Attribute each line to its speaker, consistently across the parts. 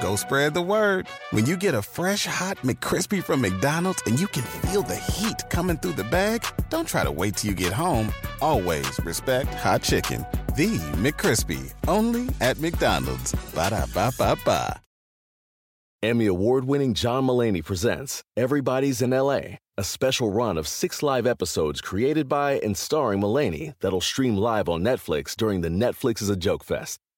Speaker 1: Go spread the word. When you get a fresh hot McCrispy from McDonald's and you can feel the heat coming through the bag, don't try to wait till you get home. Always respect hot chicken. The McCrispy, only at McDonald's. Ba da ba ba ba.
Speaker 2: Emmy award winning John Mullaney presents Everybody's in LA, a special run of six live episodes created by and starring Mullaney that'll stream live on Netflix during the Netflix is a Joke Fest.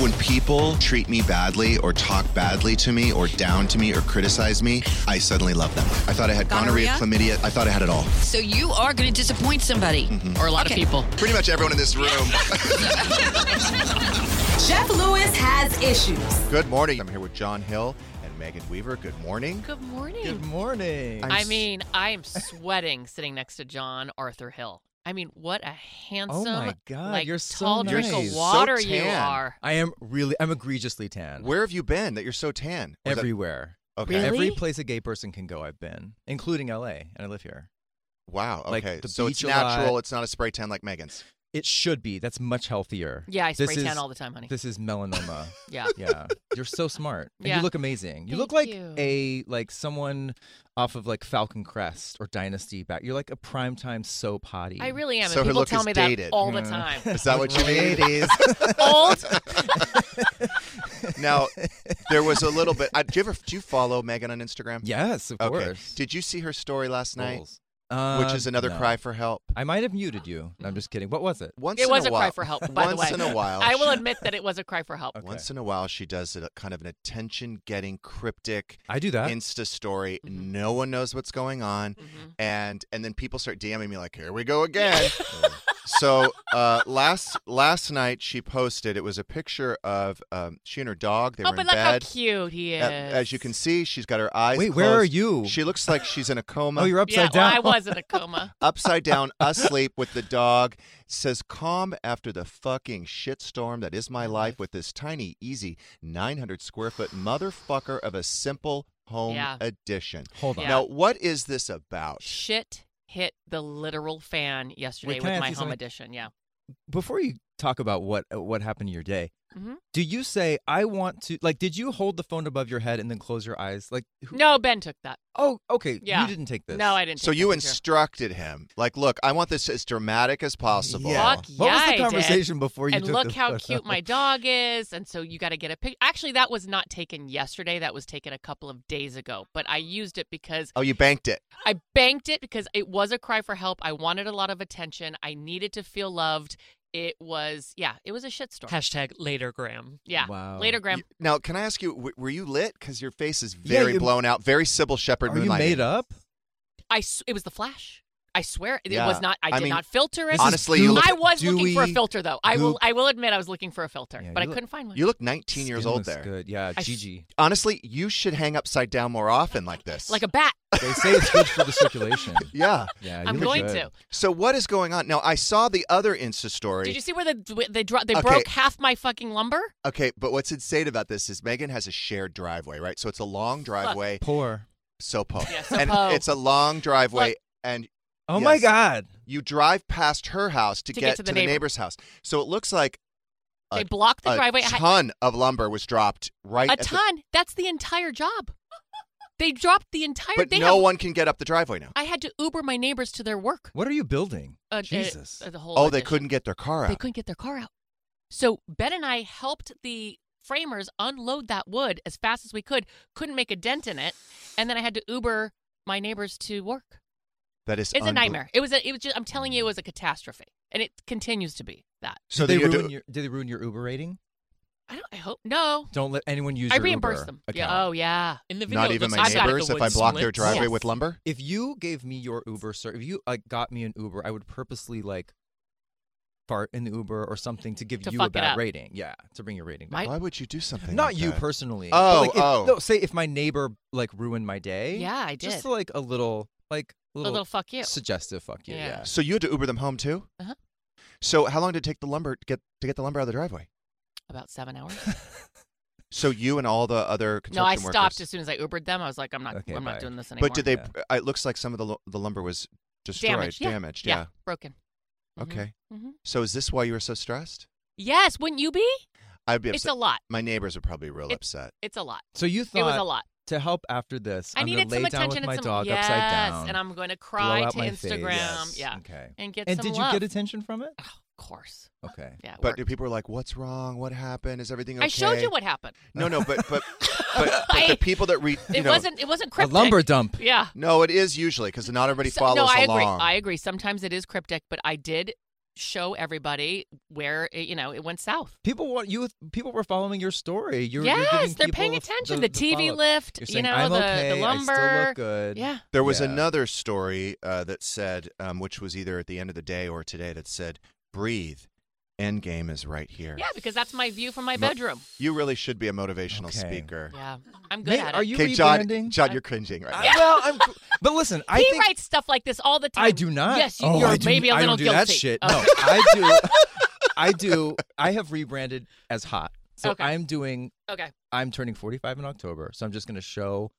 Speaker 3: When people treat me badly or talk badly to me or down to me or criticize me, I suddenly love them. I thought I had gonorrhea,
Speaker 4: Gonorrhea?
Speaker 3: chlamydia. I thought I had it all.
Speaker 4: So you are going to disappoint somebody
Speaker 3: Mm-hmm.
Speaker 4: or a lot of people.
Speaker 3: Pretty much everyone in this room.
Speaker 5: Jeff Lewis has issues.
Speaker 3: Good morning. I'm here with John Hill and Megan Weaver. Good morning.
Speaker 4: Good morning.
Speaker 6: Good morning.
Speaker 3: I'm
Speaker 4: I
Speaker 3: s-
Speaker 4: mean, I am sweating sitting next to John Arthur Hill. I mean, what a handsome,
Speaker 6: God,
Speaker 4: like
Speaker 6: you're so
Speaker 4: tall drink
Speaker 6: nice. You're
Speaker 4: of
Speaker 6: so
Speaker 4: water you
Speaker 3: tan.
Speaker 4: are.
Speaker 6: I am really, I'm egregiously tan.
Speaker 3: Where have you been that you're so tan? Was that-
Speaker 6: Everywhere.
Speaker 3: okay.
Speaker 4: Really?
Speaker 6: Every place a gay person can go, I've been, including LA, and I live here.
Speaker 3: Wow.
Speaker 6: Like
Speaker 3: Okay.
Speaker 6: the
Speaker 3: so it's
Speaker 6: beach a lot.
Speaker 3: natural. It's not a spray tan like Megan's.
Speaker 6: It should be. That's much healthier.
Speaker 4: Yeah, I spray
Speaker 6: This
Speaker 4: tan
Speaker 6: is-
Speaker 4: all the time, honey.
Speaker 6: This is melanoma.
Speaker 4: yeah.
Speaker 6: yeah. You're so smart. And
Speaker 4: Yeah.
Speaker 6: You look amazing. You look
Speaker 4: Thank
Speaker 6: like
Speaker 4: you.
Speaker 6: a like someone off of like Falcon Crest or Dynasty back. You're like a primetime soap hottie.
Speaker 4: I really am.
Speaker 3: So her
Speaker 4: and people
Speaker 3: look
Speaker 4: tell
Speaker 3: is
Speaker 4: me
Speaker 3: dated.
Speaker 4: that all the
Speaker 6: Mm.
Speaker 4: time.
Speaker 3: Is that what you mean?
Speaker 6: Ladies.
Speaker 4: Old?
Speaker 3: Now, there was a little bit. I, do you ever do you follow Megan on Instagram?
Speaker 6: yes, of
Speaker 3: Okay.
Speaker 6: course.
Speaker 3: Did you see her story last night,
Speaker 6: Rules. Uh,
Speaker 3: which is another
Speaker 6: no.
Speaker 3: cry for help?
Speaker 6: I might have muted you.
Speaker 4: Mm-hmm.
Speaker 6: No, I'm just kidding. What was it?
Speaker 3: Once
Speaker 4: It
Speaker 3: in
Speaker 4: was a
Speaker 3: while,
Speaker 4: cry for help, by the
Speaker 3: once
Speaker 4: way.
Speaker 3: in a while,
Speaker 4: I will
Speaker 3: she-
Speaker 4: admit that it was a cry for help.
Speaker 6: Okay.
Speaker 3: Once in a while, she does a, kind of an attention-getting, cryptic
Speaker 6: I do that.
Speaker 3: Insta story.
Speaker 4: Mm-hmm.
Speaker 3: No one knows what's going on,
Speaker 4: Mhm.
Speaker 3: and and then people start DMing me like, "Here we go again." so uh, last last night, she posted. It was a picture of um, she and her dog. They
Speaker 4: Oh,
Speaker 3: were
Speaker 4: but
Speaker 3: in
Speaker 4: look how
Speaker 3: bed.
Speaker 4: cute he is.
Speaker 3: A- As you can see, she's got her eyes.
Speaker 6: Wait, where are
Speaker 3: closed.
Speaker 6: you?
Speaker 3: She looks like she's in a coma.
Speaker 6: oh, you're
Speaker 4: yeah,
Speaker 6: upside
Speaker 4: well,
Speaker 6: down.
Speaker 4: I was in a coma.
Speaker 3: upside down, asleep with the dog. Says calm after the fucking shitstorm that is my
Speaker 4: Mm-hmm.
Speaker 3: life with this tiny, easy 900 square foot motherfucker of a simple home
Speaker 4: Yeah.
Speaker 3: edition.
Speaker 6: Hold on.
Speaker 4: Yeah.
Speaker 3: Now, what is this about?
Speaker 4: Shit hit the literal fan yesterday
Speaker 6: can I
Speaker 4: with
Speaker 6: ask
Speaker 4: my
Speaker 6: you
Speaker 4: home
Speaker 6: something?
Speaker 4: edition. Yeah.
Speaker 6: Before you talk about what uh, what happened to your day,
Speaker 4: Mhm.
Speaker 6: do you say I want to like did you hold the phone above your head and then close your eyes? Like who-
Speaker 4: No, Ben took that.
Speaker 6: Oh, okay.
Speaker 4: Yeah.
Speaker 6: You didn't take this.
Speaker 4: No, I didn't.
Speaker 3: So
Speaker 4: take
Speaker 3: you
Speaker 4: that picture.
Speaker 3: instructed him, like, look, I want this as dramatic as possible.
Speaker 6: Yeah.
Speaker 4: Fuck
Speaker 6: What was
Speaker 4: yeah, I
Speaker 6: the
Speaker 4: did.
Speaker 6: conversation before you
Speaker 4: and
Speaker 6: took
Speaker 4: look
Speaker 6: the
Speaker 4: how
Speaker 6: photo?
Speaker 4: cute my dog is and so you got to get a pic actually that was not taken yesterday that was taken a couple of days ago but i used it because
Speaker 3: Oh, you banked it.
Speaker 4: i banked it because it was a cry for help i wanted a lot of attention i needed to feel loved it was yeah it was a shitstorm
Speaker 7: Hashtag latergram.
Speaker 4: yeah
Speaker 6: Wow.
Speaker 4: later graham
Speaker 3: You- Now, can I ask you, w- were you lit? Because your face is very
Speaker 6: you-
Speaker 3: blown out, very Sybil Shepherd
Speaker 6: Are you
Speaker 3: moonlighting.
Speaker 6: made up?
Speaker 4: i s- it was the flash i swear it
Speaker 3: Yeah.
Speaker 4: was not i
Speaker 3: I
Speaker 4: did
Speaker 3: mean,
Speaker 4: not filter it
Speaker 3: is Honestly, you look
Speaker 4: i was looking for a
Speaker 6: dewy
Speaker 4: filter though i will
Speaker 6: goop.
Speaker 4: i will admit i was looking for a filter
Speaker 6: Yeah,
Speaker 4: but i
Speaker 6: you look-
Speaker 4: couldn't find one
Speaker 3: You look 19 years
Speaker 6: Skin
Speaker 3: old
Speaker 6: looks
Speaker 3: there.
Speaker 6: Good. Yeah,
Speaker 4: I-
Speaker 6: Gigi.
Speaker 3: Honestly, you should hang upside down more often like this.
Speaker 4: like a bat
Speaker 6: They say it's good for the circulation.
Speaker 3: yeah.
Speaker 6: Yeah, you
Speaker 4: i'm
Speaker 6: look
Speaker 4: going
Speaker 6: good.
Speaker 4: to
Speaker 3: So what is going on? Now I saw the other Insta story.
Speaker 4: did you see where the, they dro- they
Speaker 3: Okay.
Speaker 4: broke half my fucking lumber
Speaker 3: okay, but what's insane about this is Megan has a shared driveway, right? So it's a long driveway.
Speaker 6: Poor.
Speaker 3: So po.
Speaker 4: Yeah, so
Speaker 3: and
Speaker 4: po.
Speaker 3: it's a long driveway
Speaker 4: Look.
Speaker 3: and
Speaker 6: Oh my
Speaker 3: Yes.
Speaker 6: God.
Speaker 3: you drive past her house to,
Speaker 4: To get to the neighbor.
Speaker 3: neighbor's house. So it looks like a,
Speaker 4: they blocked the
Speaker 3: a
Speaker 4: driveway. I had-
Speaker 3: ton of lumber was dropped right
Speaker 4: a
Speaker 3: at the-
Speaker 4: ton. That's the entire job. They dropped the entire.
Speaker 3: but
Speaker 4: they
Speaker 3: no
Speaker 4: have-
Speaker 3: one can get up the driveway now.
Speaker 4: I had to Uber my neighbors to their work.
Speaker 6: What are you building?
Speaker 4: Uh, uh,
Speaker 6: Jesus.
Speaker 4: uh, the whole
Speaker 3: Oh, they
Speaker 4: addition.
Speaker 3: couldn't get their car
Speaker 4: They
Speaker 3: out.
Speaker 4: couldn't get their car out. So Ben and I helped the framers unload that wood as fast as we could. Couldn't make a dent in it, and then I had to Uber my neighbors to work.
Speaker 3: That is
Speaker 4: It's a
Speaker 3: unbel-
Speaker 4: nightmare. It was. A, it was. Just, I'm telling you, it was a catastrophe, and it continues to be that.
Speaker 3: So
Speaker 6: did
Speaker 3: then
Speaker 6: they
Speaker 3: you had to-
Speaker 6: ruin your did they ruin your Uber rating?
Speaker 4: I don't. I hope no.
Speaker 6: Don't let anyone use
Speaker 4: I
Speaker 6: your
Speaker 4: reimbursed
Speaker 6: Uber
Speaker 4: them.
Speaker 6: account.
Speaker 4: Yeah. Oh yeah.
Speaker 7: In the video,
Speaker 3: Not
Speaker 7: it
Speaker 3: even
Speaker 7: looks
Speaker 3: my
Speaker 4: I've got it,
Speaker 3: neighbors
Speaker 7: the
Speaker 3: if
Speaker 7: wood
Speaker 3: I block their
Speaker 7: splits.
Speaker 3: driveway
Speaker 4: Yes.
Speaker 3: with lumber?
Speaker 6: if you gave me your Uber, sir, if you like got me an Uber, I would purposely like fart in the Uber or something to give
Speaker 4: To
Speaker 6: you
Speaker 4: fuck
Speaker 6: a
Speaker 4: it
Speaker 6: bad
Speaker 4: up.
Speaker 6: rating. Yeah, to bring your rating
Speaker 4: My-
Speaker 6: back.
Speaker 3: Why would you do something?
Speaker 6: Not
Speaker 3: like
Speaker 6: you
Speaker 3: that?
Speaker 6: personally.
Speaker 3: Oh,
Speaker 6: but, like, if,
Speaker 3: oh.
Speaker 6: No, say if my neighbor like ruined my day.
Speaker 4: Yeah, I did.
Speaker 6: Just like a little, like
Speaker 4: a
Speaker 6: little,
Speaker 4: little fuck you.
Speaker 6: suggestive fuck you.
Speaker 4: Yeah.
Speaker 6: Yeah.
Speaker 3: So you had to Uber them home too?
Speaker 4: Uh-huh.
Speaker 3: So how long did it take the lumber to get to get the lumber out of the driveway?
Speaker 4: About seven hours.
Speaker 3: So you and all the other
Speaker 4: no, I
Speaker 3: construction
Speaker 4: stopped
Speaker 3: workers-
Speaker 4: as soon as I Ubered them. I was like, I'm not,
Speaker 6: Okay,
Speaker 4: I'm
Speaker 6: bye.
Speaker 4: not doing this anymore.
Speaker 3: But did they?
Speaker 6: anymore.
Speaker 3: It looks like some of the lu- the lumber was destroyed,
Speaker 4: Damaged, yeah.
Speaker 3: damaged,
Speaker 4: Yeah, broken. Mhm.
Speaker 3: Okay.
Speaker 4: Mhm.
Speaker 3: So is this why you were so stressed?
Speaker 4: Yes, wouldn't you be?
Speaker 3: I'd be
Speaker 4: It's
Speaker 3: upset.
Speaker 4: a lot.
Speaker 3: My neighbors are probably real
Speaker 4: It-
Speaker 3: upset.
Speaker 4: It's a lot.
Speaker 6: So you thought
Speaker 4: It was a lot.
Speaker 6: to help after this,
Speaker 4: I
Speaker 6: am
Speaker 4: needed
Speaker 6: gonna
Speaker 4: some
Speaker 6: lay down
Speaker 4: attention
Speaker 6: with
Speaker 4: and
Speaker 6: my
Speaker 4: some
Speaker 6: dog
Speaker 4: yes,
Speaker 6: upside down,
Speaker 4: and I'm going to
Speaker 6: blow
Speaker 4: cry
Speaker 6: out
Speaker 4: to
Speaker 6: my face.
Speaker 4: Instagram. Yeah.
Speaker 6: Okay.
Speaker 4: And get
Speaker 6: and
Speaker 4: some
Speaker 6: did you
Speaker 4: love.
Speaker 6: get attention from it?
Speaker 4: Oh, of course.
Speaker 6: Okay.
Speaker 4: Yeah. it
Speaker 3: But
Speaker 4: worked.
Speaker 3: people were like, "What's wrong? What happened? Is everything okay?"
Speaker 4: I showed you what happened.
Speaker 3: No, no, but but but, but
Speaker 4: I-
Speaker 3: the people that read,
Speaker 4: It wasn't. It wasn't cryptic.
Speaker 6: A lumber dump.
Speaker 4: Yeah.
Speaker 3: No, it is usually because not everybody
Speaker 4: So-
Speaker 3: follows
Speaker 4: no, I
Speaker 3: along.
Speaker 4: agree. I agree. Sometimes it is cryptic, but I did show everybody where it, you know it went south.
Speaker 6: People want you. People were following your story. You're, you're
Speaker 4: yes,
Speaker 6: giving
Speaker 4: they're
Speaker 6: people
Speaker 4: paying
Speaker 6: the-
Speaker 4: attention.
Speaker 6: The,
Speaker 4: The, TV
Speaker 6: follow-up.
Speaker 4: lift,
Speaker 6: You're
Speaker 4: you
Speaker 6: saying,
Speaker 4: know,
Speaker 6: I'm
Speaker 4: the,
Speaker 6: okay.
Speaker 4: the lumber.
Speaker 6: I still look good.
Speaker 4: Yeah.
Speaker 3: There was
Speaker 6: Yeah.
Speaker 3: another story uh, that said, um, which was either at the end of the day or today, that said, "Breathe, Endgame is right here."
Speaker 4: Yeah, because that's my view from my
Speaker 3: Mo-
Speaker 4: bedroom.
Speaker 3: You really should be a motivational
Speaker 6: Okay.
Speaker 3: speaker.
Speaker 4: Yeah. I'm good
Speaker 6: Mate,
Speaker 4: at it.
Speaker 6: are you
Speaker 3: Okay, John,
Speaker 6: rebranding?
Speaker 3: John, you're cringing right
Speaker 6: I-
Speaker 3: now.
Speaker 6: Well, I'm. But listen, I
Speaker 4: he
Speaker 6: think
Speaker 4: writes stuff like this all the time.
Speaker 6: I do not.
Speaker 4: Yes, you,
Speaker 6: oh,
Speaker 4: you're
Speaker 6: I do,
Speaker 4: maybe a
Speaker 6: I
Speaker 4: little
Speaker 6: don't do
Speaker 4: guilty. Oh,
Speaker 6: that shit. No,
Speaker 4: Okay.
Speaker 6: I do. I do. I have rebranded as hot. So
Speaker 4: Okay.
Speaker 6: I'm doing.
Speaker 4: Okay.
Speaker 6: I'm turning 45 in October, so I'm just going to show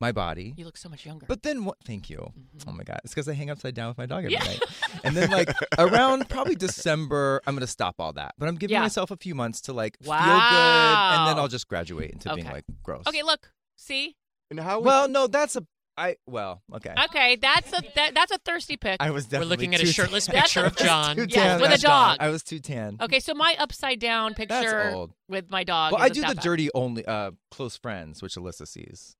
Speaker 6: my body.
Speaker 4: You look so much younger.
Speaker 6: But then what? Thank you. Oh my God. It's because I hang upside down with my dog every
Speaker 4: Mm-hmm. Yeah.
Speaker 6: night. And then, like, around probably December, I'm going to stop all that. But I'm giving
Speaker 4: Yeah.
Speaker 6: myself a few months to, like, feel good. And then
Speaker 4: Wow.
Speaker 6: I'll just graduate into being,
Speaker 4: Okay.
Speaker 6: like, gross.
Speaker 4: okay, look. See?
Speaker 3: And how was-
Speaker 6: Well, no, that's a. I, well, okay.
Speaker 4: Okay, that's a that, that's a thirsty pick.
Speaker 6: I was definitely.
Speaker 7: We're looking at a
Speaker 6: too
Speaker 7: shirtless
Speaker 6: tan.
Speaker 7: picture
Speaker 6: I
Speaker 7: of
Speaker 6: was
Speaker 7: John.
Speaker 6: too
Speaker 4: Yes,
Speaker 6: tan.
Speaker 4: with a
Speaker 6: I was gone.
Speaker 4: dog. Oh,
Speaker 6: I was too tan.
Speaker 4: Okay, so my upside down
Speaker 6: That's
Speaker 4: picture
Speaker 6: old.
Speaker 4: with my dog.
Speaker 6: Well, I
Speaker 4: isn't
Speaker 6: do
Speaker 4: that
Speaker 6: the
Speaker 4: bad.
Speaker 6: dirty only uh, close friends, which Alyssa sees,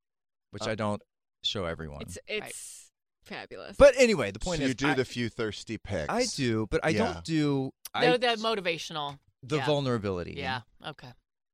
Speaker 6: which
Speaker 4: Oh.
Speaker 6: I don't show everyone.
Speaker 8: It's it's fabulous.
Speaker 6: But anyway, the point
Speaker 3: so
Speaker 6: is,
Speaker 3: you do
Speaker 6: I,
Speaker 3: the few thirsty picks.
Speaker 6: I do, but I
Speaker 3: Yeah.
Speaker 6: don't do I,
Speaker 4: No, the motivational.
Speaker 6: the
Speaker 4: yeah.
Speaker 6: vulnerability.
Speaker 4: Yeah. Okay.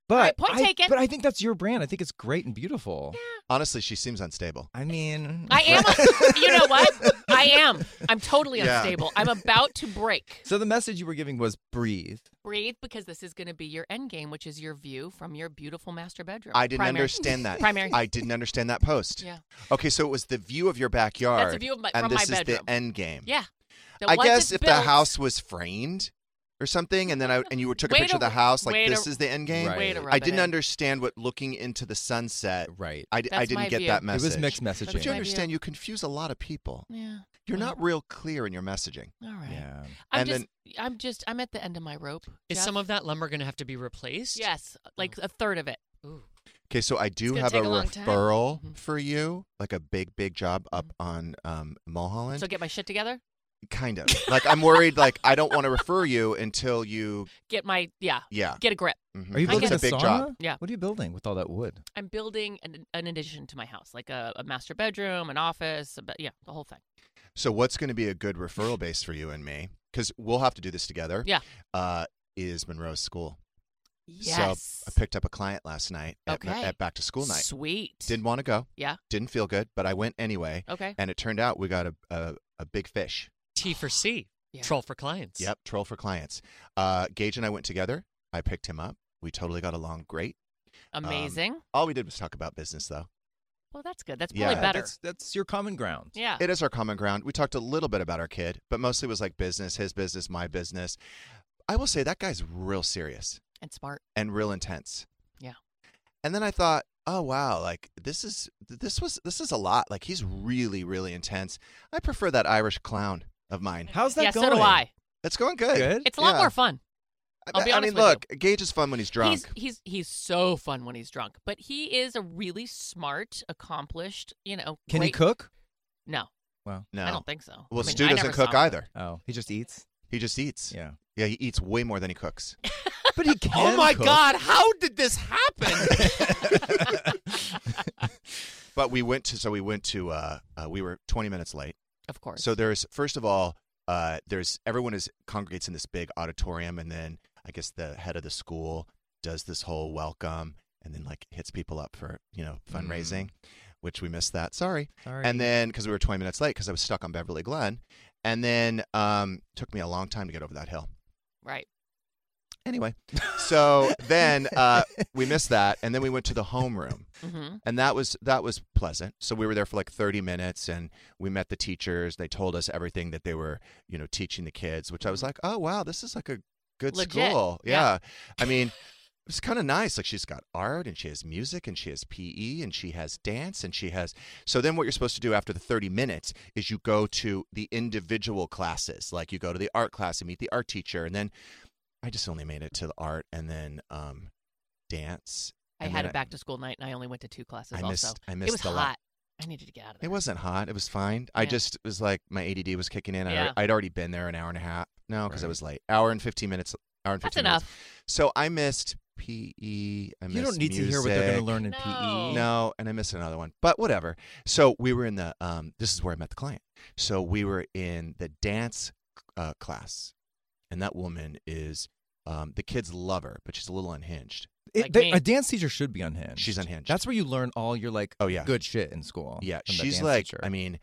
Speaker 6: But
Speaker 4: right, point
Speaker 6: I,
Speaker 4: taken.
Speaker 6: But I think that's your brand. I think it's great and beautiful.
Speaker 3: Honestly, she seems unstable.
Speaker 6: I mean,
Speaker 4: I am. A, you know what? I am. I'm totally
Speaker 3: Yeah.
Speaker 4: unstable. I'm about to break.
Speaker 6: so the message you were giving was breathe.
Speaker 4: Breathe, because this is going to be your end game, which is your view from your beautiful master bedroom.
Speaker 3: I didn't
Speaker 4: Primary.
Speaker 3: understand that.
Speaker 4: Primary.
Speaker 3: I didn't understand that post.
Speaker 4: Yeah.
Speaker 3: Okay, so it was the view of your backyard.
Speaker 4: view of my-
Speaker 3: and
Speaker 4: from
Speaker 3: this
Speaker 4: my
Speaker 3: is
Speaker 4: bedroom.
Speaker 3: the end game.
Speaker 4: Yeah. That
Speaker 3: I
Speaker 4: once
Speaker 3: guess
Speaker 4: it's
Speaker 3: if
Speaker 4: built-
Speaker 3: the house was framed or something, and then I and you took a
Speaker 4: Way
Speaker 3: picture
Speaker 4: to-
Speaker 3: of the house, like
Speaker 4: way to-
Speaker 3: this is the end game.
Speaker 6: Right.
Speaker 4: Way to rub
Speaker 3: I
Speaker 4: it
Speaker 3: didn't
Speaker 4: in.
Speaker 3: understand what looking into the sunset.
Speaker 6: Right.
Speaker 3: I, d- I
Speaker 4: That's
Speaker 3: didn't
Speaker 4: my
Speaker 3: get
Speaker 4: view.
Speaker 3: that
Speaker 6: It
Speaker 3: message.
Speaker 6: was mixed messaging.
Speaker 3: But you
Speaker 4: my view. Mm-hmm.
Speaker 3: understand, you confuse a lot of people.
Speaker 4: Yeah.
Speaker 3: You're
Speaker 4: Yeah.
Speaker 3: not real clear in your messaging.
Speaker 4: All right.
Speaker 6: Yeah.
Speaker 4: I'm
Speaker 3: And
Speaker 4: just.
Speaker 3: then-
Speaker 4: I'm just. I'm at the end of my rope.
Speaker 7: Is
Speaker 4: Jeff.
Speaker 7: some of that lumber going to have to be replaced?
Speaker 4: Yes, like a third of it.
Speaker 7: Ooh.
Speaker 3: Okay, so I do
Speaker 8: gonna
Speaker 3: have a,
Speaker 8: take a long time.
Speaker 3: referral
Speaker 4: Mhm.
Speaker 3: for you, like a big, big job up on um, Mulholland.
Speaker 4: Mm-hmm. So get my shit together.
Speaker 3: kind of. like I'm worried. Like I don't want to refer you until you.
Speaker 4: Get my yeah.
Speaker 3: Yeah.
Speaker 4: Get a grip.
Speaker 3: mhm.
Speaker 6: Are you
Speaker 4: I
Speaker 6: building
Speaker 4: guess-
Speaker 3: It's
Speaker 6: a
Speaker 3: a big
Speaker 6: sauna?
Speaker 3: job.
Speaker 4: Yeah.
Speaker 6: What are you building with all that wood?
Speaker 4: I'm building an, an addition to my house, like a, a master bedroom, an office, a, be- yeah, the whole thing.
Speaker 3: So what's going to be a good referral base for you and me? Because we'll have to do this together.
Speaker 4: Yeah.
Speaker 3: Uh, is Monroe's school.
Speaker 4: Yes.
Speaker 3: So I picked up a client last night at,
Speaker 4: Okay.
Speaker 3: at back to school night.
Speaker 4: Sweet.
Speaker 3: Didn't want to go.
Speaker 4: Yeah.
Speaker 3: Didn't feel good, but I went anyway.
Speaker 4: okay.
Speaker 3: And it turned out we got a, a, a big fish.
Speaker 7: T for C.
Speaker 4: Yeah.
Speaker 7: Troll for clients.
Speaker 3: Yep, troll for clients. Uh, Gage and I went together. I picked him up. We totally got along great. Um,
Speaker 4: Amazing.
Speaker 3: all we did was talk about business, though.
Speaker 4: well, that's good. That's
Speaker 3: yeah,
Speaker 4: probably better.
Speaker 6: That's, that's your common ground.
Speaker 4: yeah.
Speaker 3: It is our common ground. We talked a little bit about our kid, but mostly it was like business, his business, my business. I will say that guy's real serious
Speaker 4: and smart.
Speaker 3: and real intense.
Speaker 4: Yeah.
Speaker 3: And then I thought, oh wow, like this is this was this is a lot. Like he's really really intense. I prefer that Irish clown of mine.
Speaker 6: How's that
Speaker 4: Yeah.
Speaker 6: going?
Speaker 4: So do I.
Speaker 3: It's going good.
Speaker 6: Good?
Speaker 4: Mm-hmm. It's a lot
Speaker 3: Yeah.
Speaker 4: more fun. I'll
Speaker 3: I-
Speaker 4: be
Speaker 3: I
Speaker 4: honest with
Speaker 3: mean,
Speaker 4: you.
Speaker 3: look, Gage is fun when he's drunk.
Speaker 4: He's he's he's so fun when he's drunk, but he is a really smart, accomplished. You know.
Speaker 6: Can
Speaker 4: great,
Speaker 6: he cook?
Speaker 4: No,
Speaker 6: Well,
Speaker 3: no.
Speaker 4: I don't think so.
Speaker 3: well,
Speaker 4: I mean,
Speaker 3: Stu
Speaker 4: I
Speaker 3: doesn't
Speaker 4: never
Speaker 3: cook
Speaker 4: saw him.
Speaker 3: either.
Speaker 6: oh, he just eats.
Speaker 3: He just eats.
Speaker 6: Yeah.
Speaker 3: Yeah, he eats way more than he cooks.
Speaker 6: But he can.
Speaker 7: Oh my
Speaker 6: cook.
Speaker 7: God! How did this happen?
Speaker 3: But we went to so we went to uh, uh we were 20 minutes late.
Speaker 4: Of course.
Speaker 3: So there's first of all uh there's everyone is congregates in this big auditorium and then I guess the head of the school does this whole welcome and then like hits people up for, you know, fundraising, which we missed that. Sorry.
Speaker 6: Sorry.
Speaker 3: And then because we were 20 minutes late cuz I was stuck on Beverly Glen and then um took me a long time to get over that hill.
Speaker 4: right.
Speaker 3: Anyway, so then uh, we missed that, and then we went to the homeroom,
Speaker 4: Mm-hmm.
Speaker 3: and that was that was pleasant. So we were there for like 30 minutes, and we met the teachers. They told us everything that they were, you know, teaching the kids, which I was like, oh wow, this is like a good
Speaker 4: Mm-hmm. Legit.
Speaker 3: school.
Speaker 4: Yeah.
Speaker 3: Yeah, I mean. It's kind of nice. Like she's got art and she has music and she has PE and she has dance and she has. So then what you're supposed to do after the 30 minutes is you go to the individual classes. Like you go to the art class and meet the art teacher. And then I just only made it to the art and then um, dance.
Speaker 4: I
Speaker 3: And
Speaker 4: had
Speaker 3: then
Speaker 4: a back to school night and I only went to two classes.
Speaker 3: I
Speaker 4: also,
Speaker 3: missed- I
Speaker 4: it
Speaker 3: missed
Speaker 4: was
Speaker 3: the
Speaker 4: hot.
Speaker 3: la-
Speaker 4: I needed to get out of
Speaker 3: It
Speaker 4: there.
Speaker 3: wasn't hot. It was fine. I
Speaker 4: Yeah.
Speaker 3: just was like, my ADD was kicking in.
Speaker 4: Yeah.
Speaker 3: I, I'd already been there an hour and a half. No, because I
Speaker 6: Right.
Speaker 3: was late. Hour and 15 minutes. Hour and
Speaker 4: That's
Speaker 3: 15 minutes.
Speaker 4: enough.
Speaker 3: So I missed PE. I missed
Speaker 6: you don't need to hear what they're going
Speaker 3: music.
Speaker 6: to learn
Speaker 4: No.
Speaker 6: in E. PE.
Speaker 3: No, and I missed another one, but whatever. So we were in the. Um, this is where I met the client. So we were in the dance uh, class, and that woman is um, the kids love her, but she's a little unhinged.
Speaker 6: It-
Speaker 4: Like
Speaker 6: they-
Speaker 4: me.
Speaker 6: a dance teacher should be unhinged.
Speaker 3: She's unhinged.
Speaker 6: That's where you learn all your like
Speaker 3: Oh, yeah.
Speaker 6: good shit in school.
Speaker 3: Yeah,
Speaker 6: from the
Speaker 3: she's
Speaker 6: dance
Speaker 3: like,
Speaker 6: teacher.
Speaker 3: I mean,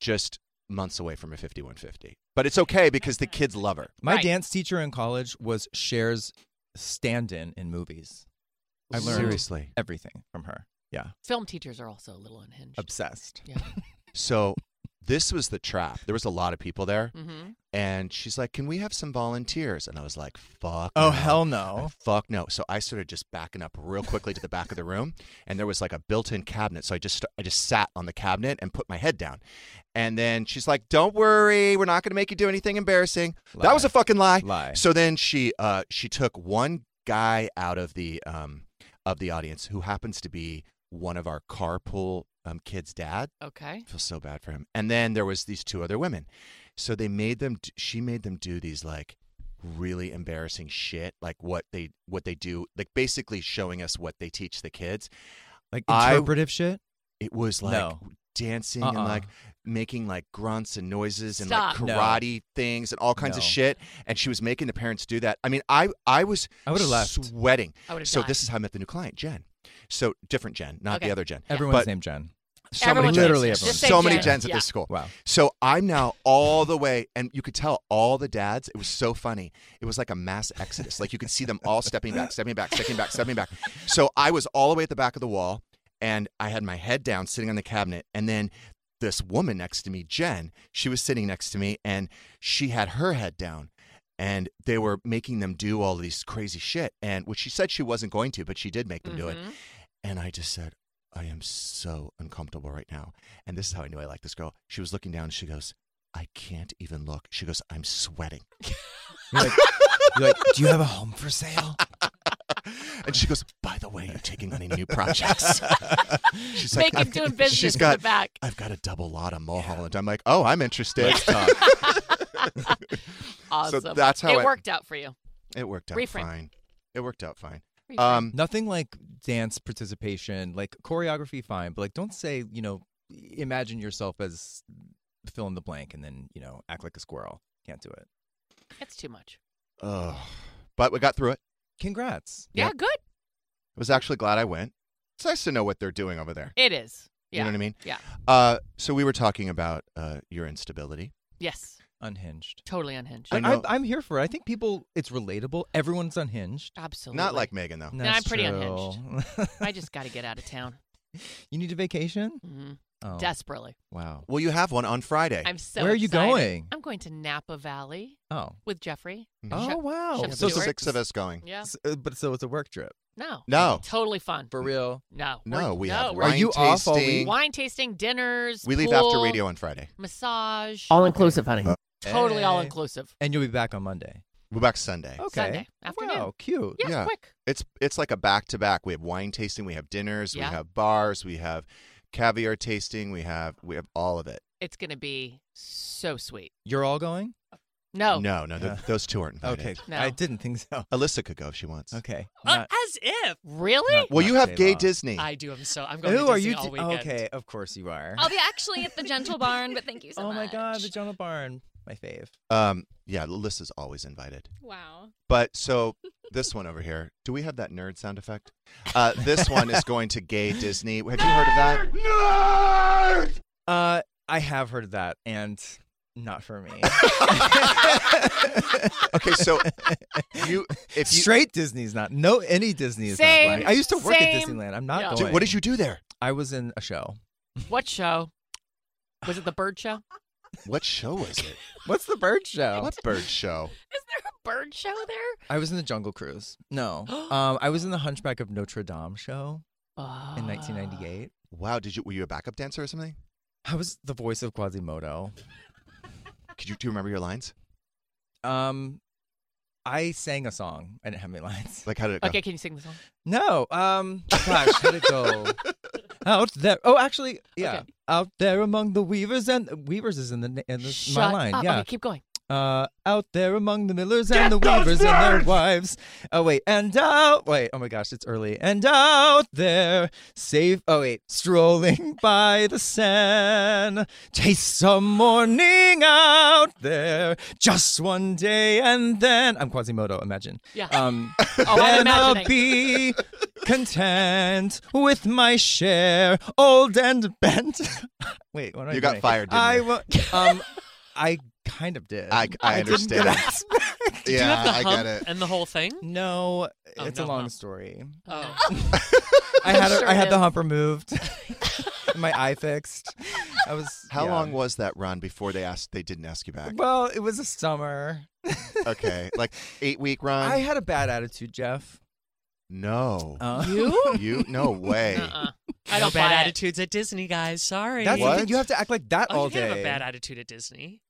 Speaker 3: just months away from a fifty-one fifty, but it's okay because the kids love her.
Speaker 6: my
Speaker 4: Right.
Speaker 6: dance teacher in college was Cher's stand-in in movies. I learned
Speaker 3: Seriously.
Speaker 6: everything from her. Yeah,
Speaker 4: Film teachers are also a little unhinged.
Speaker 6: obsessed.
Speaker 4: yeah.
Speaker 3: So this was the trap. There was a lot of people there,
Speaker 4: Mm-hmm.
Speaker 3: and she's like, "Can we have some volunteers?" And I was like, "Fuck."
Speaker 6: Oh
Speaker 3: no.
Speaker 6: hell no!
Speaker 3: Fuck no! So I started just backing up real quickly to the back of the room, and there was like a built-in cabinet. So I just I just sat on the cabinet and put my head down, and then she's like, "Don't worry, we're not going to make you do anything embarrassing." That was
Speaker 6: Lie.
Speaker 3: a fucking lie.
Speaker 6: Lie.
Speaker 3: So then she uh, she took one guy out of the um, of the audience who happens to be one of our carpool um, kids' dad.
Speaker 4: Okay.
Speaker 3: I feel so bad for him. And then there was these two other women. So they made them. d- She made them do these like really embarrassing shit, like what they what they do, like basically showing us what they teach the kids.
Speaker 6: Like
Speaker 3: I-
Speaker 6: interpretive shit.
Speaker 3: It was like
Speaker 6: No.
Speaker 3: dancing and
Speaker 6: Uh-uh.
Speaker 3: like making like grunts and noises and
Speaker 4: Stop.
Speaker 3: like
Speaker 6: No.
Speaker 3: karate things and all kinds of
Speaker 6: No.
Speaker 3: shit. And she was making the parents do that. I mean, I I was
Speaker 6: I would've left.
Speaker 3: sweating.
Speaker 4: I would've
Speaker 3: so
Speaker 4: died.
Speaker 3: this is how I met the new client, Jen. So different Jen, not
Speaker 4: Okay.
Speaker 3: the other Jen.
Speaker 6: Everyone's
Speaker 3: But-
Speaker 6: named Jen.
Speaker 3: So
Speaker 4: Everyone
Speaker 3: many gens.
Speaker 6: Literally
Speaker 4: Just
Speaker 6: everyone.
Speaker 4: say
Speaker 3: So many
Speaker 4: Jen.
Speaker 3: gens at
Speaker 4: Yeah.
Speaker 3: this school.
Speaker 6: Wow.
Speaker 3: So I'm now all the way, and you could tell all the dads. It was so funny. It was like a mass exodus. Like you could see them all stepping back, stepping back, stepping back, stepping back. So I was all the way at the back of the wall, and I had my head down, sitting on the cabinet, and then. This woman next to me, Jen, she was sitting next to me and she had her head down and they were making them do all these crazy shit. And which she said she wasn't going to, but she did make them do it.
Speaker 4: Mhm.
Speaker 3: And I just said, I am so uncomfortable right now. And this is how I knew I liked this girl. She was looking down. She goes, I can't even look. She goes, I'm sweating.
Speaker 6: You're like, you're like, do you have a home for sale?
Speaker 3: And she goes, By the way, are you taking on any new projects? She's
Speaker 4: Mm-hmm. Make him
Speaker 3: "I've-
Speaker 4: doing business
Speaker 3: She's
Speaker 4: in
Speaker 3: got,
Speaker 4: the back.
Speaker 3: I've got a double lot of Mulholland. I'm like, Oh, I'm interested.
Speaker 4: Awesome.
Speaker 3: that's how
Speaker 4: it
Speaker 3: I-
Speaker 4: worked out for you.
Speaker 3: it worked out
Speaker 4: Reframe.
Speaker 3: fine. It worked out fine.
Speaker 4: Reframe.
Speaker 3: Um,
Speaker 6: Nothing like dance participation, like choreography, fine, but like don't say you know, imagine yourself as fill in the blank and then you know act like a squirrel. Can't do it.
Speaker 4: It's too much.
Speaker 3: ugh. but we got through it.
Speaker 6: Congrats.
Speaker 4: Yeah, good.
Speaker 3: I was actually glad I went. It's nice to know what they're doing over there.
Speaker 4: It is.
Speaker 3: You
Speaker 4: Yeah.
Speaker 3: know what I mean?
Speaker 4: Yeah.
Speaker 3: Uh, so we were talking about uh, your instability.
Speaker 4: Yes.
Speaker 6: Unhinged.
Speaker 4: Totally unhinged.
Speaker 3: I
Speaker 6: I
Speaker 3: know-
Speaker 6: I, am here for it. I think people. It's relatable. Everyone's unhinged.
Speaker 4: Absolutely.
Speaker 3: Not like Megan though.
Speaker 4: No, I'm
Speaker 6: That's
Speaker 4: pretty
Speaker 6: true.
Speaker 4: unhinged. I just got to get out of town.
Speaker 6: you need a vacation.
Speaker 4: Mhm.
Speaker 6: Oh,
Speaker 4: Desperately.
Speaker 6: wow.
Speaker 3: Well, you have one on Friday.
Speaker 4: I'm so
Speaker 6: Where are you
Speaker 4: excited.
Speaker 6: going?
Speaker 4: I'm going to Napa Valley
Speaker 6: Oh.
Speaker 4: with Jeffrey.
Speaker 3: Mhm.
Speaker 6: Oh
Speaker 4: Chef-
Speaker 6: wow.
Speaker 4: Chef
Speaker 3: so
Speaker 4: Stewart.
Speaker 3: six of us going.
Speaker 4: Yeah.
Speaker 6: S- uh, but so it's a work trip
Speaker 4: No.
Speaker 3: Oh. No.
Speaker 4: Totally fun.
Speaker 6: for real.
Speaker 4: No.
Speaker 3: No, we
Speaker 4: no,
Speaker 3: have
Speaker 4: we're-
Speaker 3: wine
Speaker 6: Are you off all
Speaker 3: tasting.
Speaker 6: week?
Speaker 4: wine tasting, dinners.
Speaker 3: We leave after
Speaker 4: pool,
Speaker 3: radio Uh, on Friday.
Speaker 4: Massage.
Speaker 9: All inclusive, honey.
Speaker 4: totally
Speaker 3: eh.
Speaker 4: all
Speaker 6: Hey.
Speaker 4: inclusive.
Speaker 6: And you'll be back on Monday.
Speaker 3: We're back Sunday.
Speaker 6: Okay.
Speaker 4: Sunday afternoon.
Speaker 6: Wow, cute.
Speaker 4: Yeah,
Speaker 3: Yeah.
Speaker 4: quick.
Speaker 3: It's it's like a back to back. We have wine tasting. We have dinners.
Speaker 4: Yeah.
Speaker 3: We have bars. We have caviar tasting. We have we have all of it.
Speaker 4: It's going to be so sweet.
Speaker 6: You're all going?
Speaker 4: No.
Speaker 3: No, no, th-
Speaker 6: Yeah.
Speaker 3: those two aren't invited.
Speaker 6: Okay.
Speaker 4: No.
Speaker 6: I didn't think so.
Speaker 3: Alyssa could go if she wants.
Speaker 6: Okay.
Speaker 7: Uh,
Speaker 6: Not-
Speaker 7: as if.
Speaker 4: Really?
Speaker 6: Not-
Speaker 3: Well, you
Speaker 6: not
Speaker 3: have
Speaker 6: day
Speaker 3: gay
Speaker 6: long.
Speaker 3: Disney.
Speaker 7: I do. I'm so. I'm going
Speaker 6: Who
Speaker 7: to
Speaker 6: are
Speaker 7: Disney
Speaker 6: you?
Speaker 7: all
Speaker 6: d-
Speaker 7: weekend.
Speaker 6: okay, of course you are.
Speaker 8: I'll be actually at the Gentle Barn, but thank you so
Speaker 6: oh
Speaker 8: much.
Speaker 6: my god, the Jonah Barn, my fave.
Speaker 3: Um, yeah, Alyssa's always invited.
Speaker 8: Wow.
Speaker 3: But so this one over here, do we have that nerd sound effect? Uh, this one is going to gay Disney. Have you heard of that?
Speaker 6: Uh, I have heard of that, and not for me.
Speaker 3: okay, so you if you
Speaker 6: Straight Disney's not. No, any Disney is
Speaker 4: Same,
Speaker 6: not. Like. I used to work at
Speaker 4: same.
Speaker 6: Disneyland. I'm not
Speaker 4: Yeah.
Speaker 6: going.
Speaker 3: Dude, what did you do there?
Speaker 6: I was in a show.
Speaker 4: What show? Was it the bird show?
Speaker 3: What show was it?
Speaker 6: What's the bird show?
Speaker 3: What bird show?
Speaker 4: Is there a bird show there?
Speaker 6: I was in the Jungle Cruise. No, um, I was in the Hunchback of Notre Dame show
Speaker 4: Oh. Ah.
Speaker 6: in 1998.
Speaker 3: Wow, did you were you a backup dancer or something?
Speaker 6: I was the voice of Quasimodo.
Speaker 3: Could you do you remember your lines?
Speaker 6: Um, I sang a song. I didn't have any lines.
Speaker 3: Like how did it go?
Speaker 4: Okay, can you sing the song?
Speaker 6: No. Um. Gosh, how'd it go? out there. Oh, actually, yeah.
Speaker 4: Okay.
Speaker 6: Out there among the weavers and weavers is in the na- in the, my
Speaker 4: Shut
Speaker 6: line.
Speaker 4: up.
Speaker 6: Yeah.
Speaker 4: Okay, keep going.
Speaker 6: Uh, out there among the millers and the weavers and their wives. Oh wait, and out wait. Oh my gosh, it's early. And out there, safe. Oh wait, strolling by the sand, chase some morning out there. Just one day, and then I'm Quasimodo. Imagine.
Speaker 4: Yeah.
Speaker 3: Uh,
Speaker 4: Oh,
Speaker 6: Um,
Speaker 4: I'm
Speaker 7: Oh,
Speaker 6: then I'll
Speaker 4: imagining.
Speaker 6: be content with my share, old and bent. Wait, what am I
Speaker 3: You got
Speaker 6: doing?
Speaker 3: fired, didn't
Speaker 6: I
Speaker 3: you?
Speaker 6: wa- um, I kind of did.
Speaker 3: I, I,
Speaker 6: didn't get
Speaker 3: understand.
Speaker 6: asked back.
Speaker 7: Do you
Speaker 3: yeah,
Speaker 7: have the
Speaker 3: I
Speaker 7: hump
Speaker 3: get it.
Speaker 7: and the whole thing?
Speaker 6: No,
Speaker 7: Oh,
Speaker 6: it's
Speaker 7: no,
Speaker 6: a long
Speaker 7: huh?
Speaker 6: story.
Speaker 7: Oh.
Speaker 6: I had a,
Speaker 4: sure
Speaker 6: I had
Speaker 4: it
Speaker 6: the
Speaker 4: is.
Speaker 6: hump removed, my eye fixed. I was
Speaker 3: How
Speaker 6: yeah.
Speaker 3: long was that run before they asked they didn't ask you back?
Speaker 6: Well, it was a summer.
Speaker 3: okay, like eight week run.
Speaker 6: I had a bad attitude, Jeff.
Speaker 3: no,
Speaker 6: Uh,
Speaker 4: You?
Speaker 3: you no way.
Speaker 4: Uh-uh. I don't
Speaker 7: no bad
Speaker 4: buy it.
Speaker 7: attitudes at Disney, guys. Sorry.
Speaker 6: that's the
Speaker 3: What?
Speaker 6: thing. You have to act like that
Speaker 7: oh,
Speaker 6: all
Speaker 7: you
Speaker 6: day.
Speaker 7: can't have a bad attitude at Disney.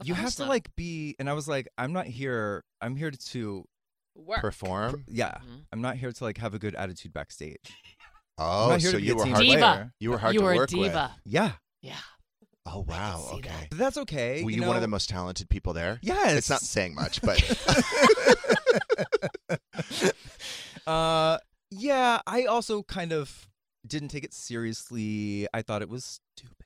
Speaker 7: Of
Speaker 6: you have
Speaker 7: course
Speaker 6: to
Speaker 7: not.
Speaker 6: like be, and I was like, I'm not here. I'm here to,
Speaker 4: Work.
Speaker 3: Perform.
Speaker 6: yeah.
Speaker 4: Mm-hmm.
Speaker 7: Mhm.
Speaker 6: I'm not here to like have a good attitude backstage. I'm
Speaker 3: Oh,
Speaker 6: not here
Speaker 3: so
Speaker 6: to be
Speaker 3: you
Speaker 6: a
Speaker 3: were
Speaker 6: team
Speaker 3: hard.
Speaker 4: Diva.
Speaker 6: player.
Speaker 3: You were hard
Speaker 4: you
Speaker 3: to
Speaker 4: were a
Speaker 3: work with.
Speaker 4: diva.
Speaker 6: Yeah,
Speaker 4: Yeah.
Speaker 3: Oh wow.
Speaker 4: see that.
Speaker 3: Okay.
Speaker 6: but that's okay.
Speaker 3: Were
Speaker 6: you
Speaker 3: you one of
Speaker 6: know?
Speaker 3: the most talented people there?
Speaker 6: Yes.
Speaker 3: It's not saying much, but
Speaker 6: uh, yeah, I also kind of didn't take it seriously. I thought it was stupid.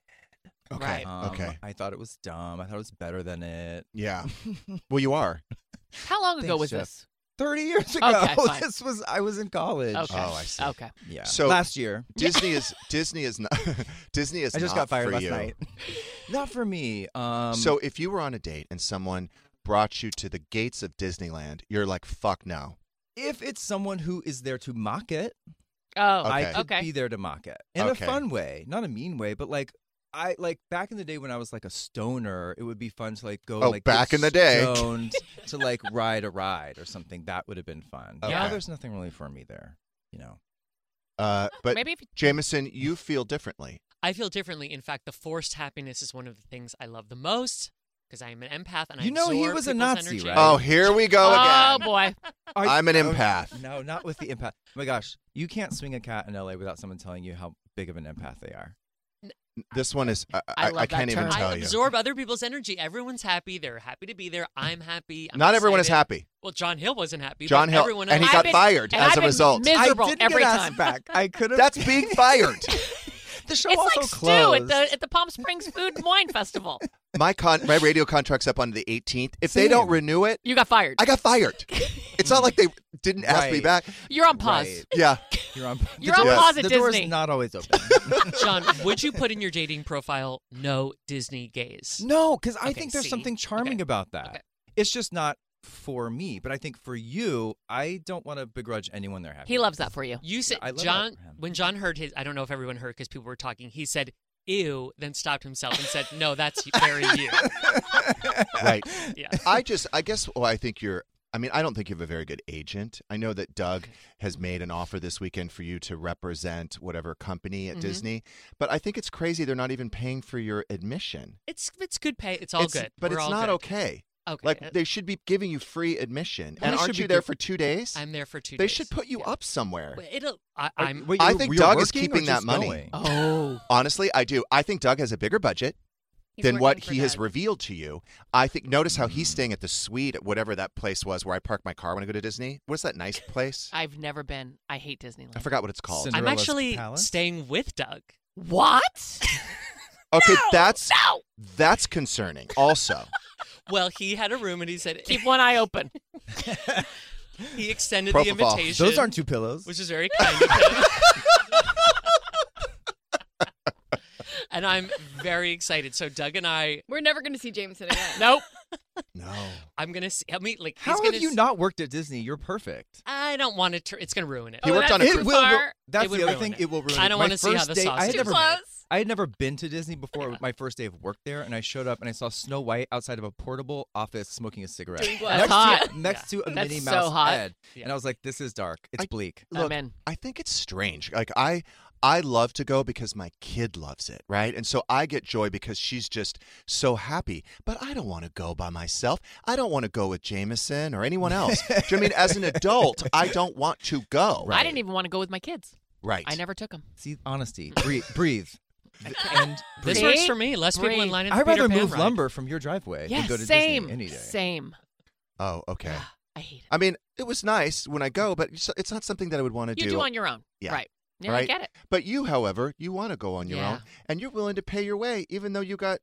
Speaker 3: okay.
Speaker 7: Right.
Speaker 6: Um,
Speaker 3: Eh, Okay.
Speaker 6: I thought it was dumb. I thought it was better than it.
Speaker 3: Yeah. Well, you are.
Speaker 4: How long ago
Speaker 6: Thanks,
Speaker 4: was
Speaker 6: Jeff.
Speaker 4: this?
Speaker 6: 30 years ago.
Speaker 4: Okay, fine.
Speaker 6: This was I was in college.
Speaker 4: Okay.
Speaker 3: Oh, I see.
Speaker 4: Okay.
Speaker 6: Yeah.
Speaker 3: So-
Speaker 6: last year.
Speaker 3: Disney is Disney is not Disney is
Speaker 6: I just
Speaker 3: not
Speaker 6: got fired
Speaker 3: for
Speaker 6: last
Speaker 3: you.
Speaker 6: night. not for me. Um
Speaker 3: so if you were on a date and someone brought you to the gates of Disneyland, you're like, fuck no.
Speaker 6: if it's someone who is there to mock it,
Speaker 4: Oh,
Speaker 3: Okay.
Speaker 6: I could
Speaker 4: okay.
Speaker 6: be there to mock it in
Speaker 3: Okay.
Speaker 6: a fun way, not a mean way, but like I like back in the day when I was like a stoner, it would be fun to like go
Speaker 3: Oh,
Speaker 6: like
Speaker 3: back
Speaker 6: get
Speaker 3: in the day.
Speaker 6: stoned to like ride a ride or something. That would have been fun.
Speaker 3: Okay.
Speaker 6: Now there's nothing really for me there, you know.
Speaker 3: Uh, but
Speaker 4: Maybe if you-
Speaker 3: Jameson, you feel differently.
Speaker 7: I feel differently. In fact, the forced happiness is one of the things I love the most because I am an empath and I
Speaker 6: You know he
Speaker 7: absorb
Speaker 6: was a
Speaker 7: people's
Speaker 6: Nazi,
Speaker 7: energy.
Speaker 6: right?
Speaker 3: Oh, here we go
Speaker 4: oh
Speaker 3: again.
Speaker 4: boy.
Speaker 6: Are you-
Speaker 3: I'm an
Speaker 6: Oh,
Speaker 3: empath.
Speaker 6: No, not with the empath. Oh my gosh, you can't swing a cat in LA without someone telling you how big of an empath they are.
Speaker 3: This one is. I,
Speaker 4: I
Speaker 3: I,
Speaker 4: love
Speaker 3: I can't
Speaker 4: that
Speaker 3: even
Speaker 4: term.
Speaker 3: tell
Speaker 7: I
Speaker 3: you.
Speaker 7: absorb other people's energy. Everyone's happy. They're happy to be there. I'm happy. I'm
Speaker 3: Not everyone is
Speaker 7: excited.
Speaker 3: happy.
Speaker 7: Well, John Hill wasn't happy.
Speaker 3: John
Speaker 7: but
Speaker 3: Hill-
Speaker 7: everyone
Speaker 3: and he
Speaker 7: else-
Speaker 3: got
Speaker 4: I've been-
Speaker 3: fired
Speaker 4: and
Speaker 3: as
Speaker 4: I've
Speaker 3: a
Speaker 4: been
Speaker 3: result.
Speaker 4: Miserable
Speaker 6: I didn't
Speaker 4: every
Speaker 6: get asked
Speaker 4: time.
Speaker 6: back. I could have.
Speaker 3: That's being fired.
Speaker 6: the show
Speaker 4: It's
Speaker 6: also
Speaker 4: like stew at
Speaker 6: closed.
Speaker 4: the at the Palm Springs Food and Wine Festival.
Speaker 3: My con, my radio contract's up on the 18th. If they don't
Speaker 6: Same.
Speaker 3: renew it,
Speaker 4: You got fired.
Speaker 3: I got fired. It's not like they didn't ask me
Speaker 6: Right.
Speaker 3: back.
Speaker 4: You're on pause.
Speaker 6: Right.
Speaker 3: Yeah.
Speaker 6: You're on.
Speaker 4: You're
Speaker 6: the
Speaker 4: on
Speaker 6: door-
Speaker 4: pause at
Speaker 6: The door's
Speaker 4: Disney.
Speaker 6: not always open.
Speaker 7: John, would you put in your dating profile no Disney gays?
Speaker 6: No, because I
Speaker 7: Okay,
Speaker 6: think there's
Speaker 7: see?
Speaker 6: something charming
Speaker 7: Okay.
Speaker 6: about that.
Speaker 7: Okay.
Speaker 6: It's just not for me, but I think for you, I don't want to begrudge anyone their happiness.
Speaker 4: He loves that for you.
Speaker 7: You said
Speaker 6: I love that
Speaker 7: John
Speaker 6: for him.
Speaker 7: when John heard his. I don't know if everyone heard because people were talking. He said ew, then stopped himself and said, "No, that's very you."
Speaker 3: Right.
Speaker 7: Yeah.
Speaker 3: I just, I guess, well, I think you're. I mean, I don't think you have a very good agent. I know that Doug has made an offer this weekend for you to represent whatever company
Speaker 7: Mm-hmm.
Speaker 3: at Disney, but I think it's crazy they're not even paying for your admission.
Speaker 7: It's it's good pay. It's all
Speaker 3: It's-
Speaker 7: good.
Speaker 3: but
Speaker 7: We're
Speaker 3: it's
Speaker 7: all
Speaker 3: not
Speaker 7: good.
Speaker 3: okay.
Speaker 7: Okay. uh,
Speaker 3: Like they should be giving you free admission,
Speaker 6: Well,
Speaker 3: and
Speaker 6: they
Speaker 3: aren't
Speaker 6: should
Speaker 3: you
Speaker 6: be
Speaker 3: there
Speaker 6: gi-
Speaker 3: for two days?
Speaker 7: I'm there for two
Speaker 3: they
Speaker 7: days.
Speaker 3: should put you
Speaker 7: Yeah.
Speaker 3: up somewhere.
Speaker 7: Well, It'll. I,
Speaker 6: Are-
Speaker 7: I'm.
Speaker 6: wait,
Speaker 3: I
Speaker 6: you're-
Speaker 3: think
Speaker 6: you're
Speaker 3: Doug is
Speaker 6: working or
Speaker 3: keeping that
Speaker 6: just
Speaker 3: money.
Speaker 6: going?
Speaker 7: oh.
Speaker 3: Honestly, I do. I think Doug has a bigger budget
Speaker 8: He's
Speaker 3: than what
Speaker 8: working for
Speaker 3: he has
Speaker 8: Doug.
Speaker 3: revealed to you. I think. Notice how
Speaker 6: Mm.
Speaker 3: he's staying at the suite at whatever that place was where I park my car when I go to Disney. What's that nice place?
Speaker 4: I've never been. I hate Disneyland.
Speaker 3: I forgot what it's called.
Speaker 7: I'm
Speaker 6: Cinderella's
Speaker 7: actually
Speaker 6: palace?
Speaker 7: staying with Doug.
Speaker 4: What?
Speaker 3: Okay,
Speaker 4: No!
Speaker 3: that's
Speaker 4: No!
Speaker 3: that's concerning. Also,
Speaker 7: Well, he had a room and he said
Speaker 4: Keep one eye open.
Speaker 7: he extended the
Speaker 3: Propofol. Those
Speaker 7: invitation.
Speaker 6: Those aren't two pillows.
Speaker 7: which is very kind of him. and and I'm very excited. So Doug and I,
Speaker 8: We're never going to see Jameson again.
Speaker 7: nope,
Speaker 3: No.
Speaker 7: I'm gonna see. I mean, like, he's
Speaker 6: How have
Speaker 7: gonna
Speaker 6: you
Speaker 7: s-
Speaker 6: not worked at Disney? You're perfect.
Speaker 7: I don't want to. Tur- it's gonna ruin it.
Speaker 3: He worked
Speaker 8: that's
Speaker 3: on it.
Speaker 8: too
Speaker 3: for-
Speaker 6: will. ru-
Speaker 8: far.
Speaker 6: that's
Speaker 7: It would
Speaker 6: the other
Speaker 7: ruin
Speaker 6: thing.
Speaker 7: it.
Speaker 6: It will ruin.
Speaker 7: I
Speaker 6: it.
Speaker 7: don't
Speaker 6: My
Speaker 7: wanna see how
Speaker 6: first
Speaker 7: the
Speaker 6: day- I
Speaker 7: sausage-
Speaker 6: had
Speaker 8: Too
Speaker 6: never,
Speaker 8: close.
Speaker 6: I had never been to Disney before. My first day of work there, and I showed up and I saw Snow White outside of a portable office smoking a cigarette.
Speaker 8: Doing what?
Speaker 6: next
Speaker 7: That's
Speaker 6: to
Speaker 7: hot.
Speaker 6: next to a
Speaker 7: That's
Speaker 6: Minnie
Speaker 7: so
Speaker 6: Mouse
Speaker 7: hot.
Speaker 6: head,
Speaker 7: Yeah.
Speaker 6: and I was like, "This is dark. It's
Speaker 3: I-
Speaker 6: bleak."
Speaker 3: Look,
Speaker 7: Amen.
Speaker 3: I think it's strange. Like I I love to go because my kid loves it, right? And so I get joy because she's just so happy. But I don't want to go by myself. I don't want to go with Jameson or anyone else. Do you know what I mean as an adult, I don't want to go.
Speaker 7: I didn't even want to go with my kids.
Speaker 3: Right.
Speaker 7: I never took them.
Speaker 6: See, honesty, breathe, breathe. and
Speaker 7: This
Speaker 6: breathe.
Speaker 7: works for me. Less people in
Speaker 6: Breathe.
Speaker 7: line. At the
Speaker 6: I'd
Speaker 7: Peter
Speaker 6: rather
Speaker 7: Pan
Speaker 6: move
Speaker 7: ride.
Speaker 6: lumber from your driveway
Speaker 7: Yeah,
Speaker 6: than go to
Speaker 7: same.
Speaker 6: Disney any day.
Speaker 7: Same.
Speaker 3: Oh, okay.
Speaker 7: I hate it.
Speaker 3: I mean, it was nice when I go, but it's it's not something that I would want to
Speaker 7: you do on your own.
Speaker 3: Yeah.
Speaker 7: Right. Yeah, I
Speaker 3: Right?
Speaker 7: get it.
Speaker 3: But you, however, you want to go on your own,
Speaker 7: Yeah.
Speaker 3: and you're willing to pay your way, even though you got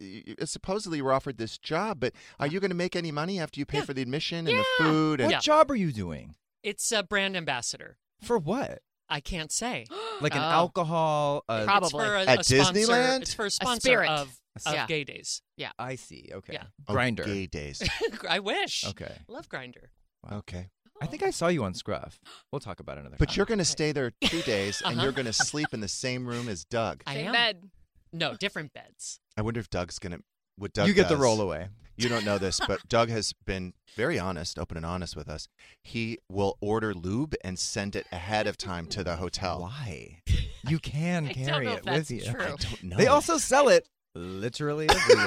Speaker 3: y- y- supposedly you were offered this job. But are you going to make any money after you pay
Speaker 7: Yeah.
Speaker 3: for the admission and the
Speaker 7: Yeah.
Speaker 3: food?
Speaker 6: What
Speaker 3: And
Speaker 7: Yeah.
Speaker 6: job are you doing?
Speaker 7: It's a brand ambassador.
Speaker 6: For what?
Speaker 7: I can't say.
Speaker 6: Like an
Speaker 7: Oh.
Speaker 6: alcohol? Uh,
Speaker 7: Probably
Speaker 4: Probably.
Speaker 7: for a,
Speaker 3: At
Speaker 7: a sponsor-
Speaker 3: Disneyland?
Speaker 7: It's for a sponsor
Speaker 4: spirit.
Speaker 7: of, of
Speaker 4: Yeah.
Speaker 7: Gay Days.
Speaker 6: I see. Okay.
Speaker 7: Yeah.
Speaker 3: Oh,
Speaker 6: Grinder.
Speaker 3: gay days.
Speaker 7: I wish.
Speaker 6: Okay.
Speaker 7: Love Grinder.
Speaker 3: Okay,
Speaker 6: I think I saw you on Scruff. We'll talk about it another.
Speaker 3: but
Speaker 6: time.
Speaker 3: you're going to stay there two days, and
Speaker 7: Uh-huh.
Speaker 3: you're going to sleep in the same room as Doug.
Speaker 7: I
Speaker 8: Same
Speaker 7: am.
Speaker 8: bed.
Speaker 7: No, different beds.
Speaker 3: I wonder if Doug's going to. What Doug
Speaker 6: you get the
Speaker 3: does-
Speaker 6: roll away.
Speaker 3: You don't know this, but Doug has been very honest, open and honest with us. He will order lube and send it ahead of time to the hotel.
Speaker 6: Why? You can
Speaker 4: I don't
Speaker 6: carry
Speaker 4: know
Speaker 6: it
Speaker 4: if that's
Speaker 6: with you.
Speaker 3: I
Speaker 4: true.
Speaker 3: don't know.
Speaker 6: They also sell it literally everywhere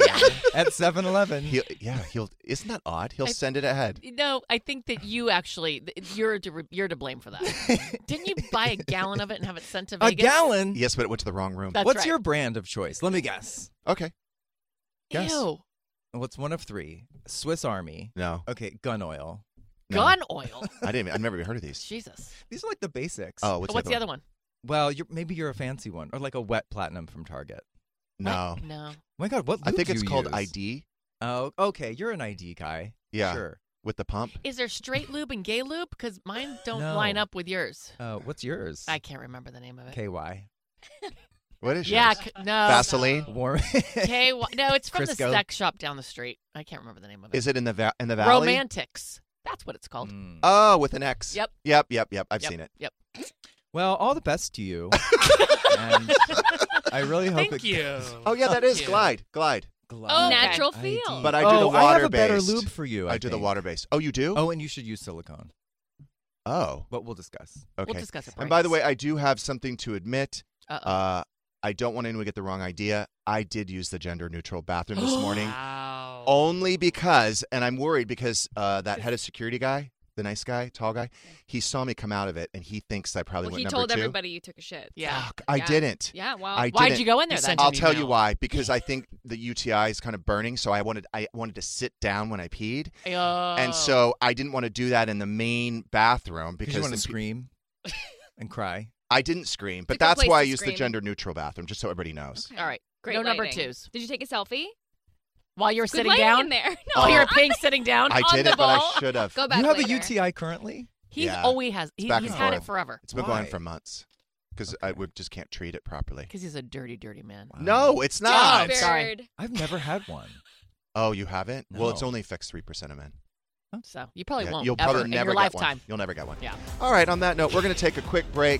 Speaker 6: at 7-Eleven.
Speaker 3: He'll, yeah, he'll. Isn't that odd? He'll
Speaker 4: Mm-hmm. I-
Speaker 3: send it ahead.
Speaker 4: No, I think that you actually th- you're to, re- you're to blame for that. Didn't you buy a gallon of it and have it sent to
Speaker 6: A
Speaker 4: Vegas?
Speaker 6: gallon.
Speaker 3: Yes, but it went to the wrong room.
Speaker 4: That's
Speaker 6: What's
Speaker 4: right.
Speaker 6: your brand of choice? Let me guess.
Speaker 3: okay. Yes.
Speaker 4: Ew.
Speaker 6: What's one of three? Swiss Army.
Speaker 3: No.
Speaker 6: Okay, gun oil.
Speaker 3: no.
Speaker 4: Gun oil.
Speaker 3: I didn't. I've never even heard of these.
Speaker 4: Jesus.
Speaker 6: These are like the basics.
Speaker 3: Oh,
Speaker 4: What's,
Speaker 3: what's,
Speaker 4: the other one?
Speaker 6: Well, you're, maybe you're a fancy one, or like a wet platinum from Target.
Speaker 3: No.
Speaker 4: What? No.
Speaker 6: Oh my God, what?
Speaker 3: I
Speaker 6: lube
Speaker 3: think
Speaker 6: do
Speaker 3: it's
Speaker 6: you
Speaker 3: called
Speaker 6: use?
Speaker 3: ID
Speaker 6: Oh, okay. You're an ID guy.
Speaker 3: Yeah.
Speaker 6: Sure.
Speaker 3: with the pump.
Speaker 4: Is there straight lube and gay lube? Because mine don't
Speaker 6: No.
Speaker 4: line up with yours.
Speaker 6: Uh, what's yours?
Speaker 4: I can't remember the name of it.
Speaker 6: KY.
Speaker 3: What is
Speaker 4: yeah.
Speaker 3: yours?
Speaker 4: c- uh, no.
Speaker 3: Vaseline.
Speaker 6: Warm.
Speaker 4: K. No, it's from the
Speaker 6: Crisco.
Speaker 4: sex shop down the street. I can't remember the name of it.
Speaker 3: Is it in the va- in the valley?
Speaker 4: Romantics. That's what it's called.
Speaker 6: Mm.
Speaker 3: Oh, with an X.
Speaker 4: Yep.
Speaker 3: Yep. Yep. Yep. I've
Speaker 4: Yep,
Speaker 3: seen it.
Speaker 4: Yep.
Speaker 6: Well, all the best to you. and I really hope
Speaker 7: Thank
Speaker 6: it
Speaker 7: you.
Speaker 3: Oh yeah, that is glide. Glide.
Speaker 6: Glide.
Speaker 4: Oh,
Speaker 8: Natural
Speaker 6: I
Speaker 8: feel.
Speaker 6: do.
Speaker 3: But I do the
Speaker 6: oh, I have a
Speaker 3: water-based.
Speaker 6: better lube for you. I,
Speaker 3: I do the
Speaker 6: think.
Speaker 3: water base. Oh, you do?
Speaker 6: Oh, and you should use silicone.
Speaker 3: Oh.
Speaker 6: But we'll discuss.
Speaker 3: Okay.
Speaker 4: We'll discuss it.
Speaker 3: and by the way, I do have something to admit.
Speaker 4: Uh-oh.
Speaker 3: Uh, I don't want anyone to get the wrong idea. I did use the gender neutral bathroom this morning.
Speaker 7: Wow.
Speaker 3: Only because, and I'm worried because uh, that head of security guy, the nice guy, tall guy, he saw me come out of it and he thinks I probably
Speaker 8: Well,
Speaker 3: went
Speaker 8: he
Speaker 3: number
Speaker 8: told
Speaker 3: two.
Speaker 8: everybody you took a shit.
Speaker 4: Yeah.
Speaker 3: Fuck, I
Speaker 8: Yeah.
Speaker 3: didn't.
Speaker 8: Yeah. Well,
Speaker 3: I
Speaker 4: Why'd
Speaker 3: didn't.
Speaker 4: you go in there
Speaker 7: He
Speaker 4: then?
Speaker 7: sent an
Speaker 3: I'll tell you
Speaker 7: email.
Speaker 3: why. Because I think the UTI is kind of burning, so I wanted I wanted to sit down when I peed,
Speaker 4: Oh.
Speaker 3: and so I didn't want to do that in the main bathroom because
Speaker 6: you want to
Speaker 3: the pe-
Speaker 6: scream and cry.
Speaker 3: I didn't scream,
Speaker 8: It's a
Speaker 3: but
Speaker 8: good
Speaker 3: that's
Speaker 8: place
Speaker 3: why I
Speaker 8: to
Speaker 3: used the
Speaker 8: scream.
Speaker 3: gender neutral bathroom, just so everybody knows.
Speaker 4: All right.
Speaker 8: Great
Speaker 4: no number
Speaker 8: lighting.
Speaker 4: twos.
Speaker 8: Did you take a selfie?
Speaker 4: While you're
Speaker 8: Good
Speaker 4: sitting
Speaker 8: lighting
Speaker 4: down.
Speaker 8: in there. No,
Speaker 4: While
Speaker 3: Oh,
Speaker 4: you're
Speaker 3: I'm
Speaker 4: paying sitting down.
Speaker 3: I
Speaker 8: on
Speaker 3: did
Speaker 8: the
Speaker 3: it, but
Speaker 8: ball.
Speaker 3: I should have.
Speaker 8: Go back
Speaker 6: you have
Speaker 8: later.
Speaker 6: a UTI currently?
Speaker 4: He's
Speaker 3: Yeah.
Speaker 4: always has. He,
Speaker 3: back
Speaker 4: he's
Speaker 3: and
Speaker 4: had it
Speaker 3: forth.
Speaker 4: forever
Speaker 3: It's been going
Speaker 6: Why?
Speaker 3: for months because I
Speaker 6: Okay.
Speaker 3: would just can't treat it properly.
Speaker 4: because he's a dirty, dirty man.
Speaker 3: No, it's not.
Speaker 8: Dumb bird.
Speaker 4: Sorry.
Speaker 6: I've never had one.
Speaker 3: Oh, you haven't? Well, it's
Speaker 6: No.
Speaker 3: only affects three percent of men.
Speaker 4: So you probably
Speaker 3: Yeah,
Speaker 4: won't.
Speaker 3: You'll
Speaker 4: ever
Speaker 3: probably
Speaker 4: in
Speaker 3: never
Speaker 4: your
Speaker 3: get one.
Speaker 4: lifetime.
Speaker 3: You'll never get one.
Speaker 4: Yeah.
Speaker 3: All right. On that note, we're going to take a quick break.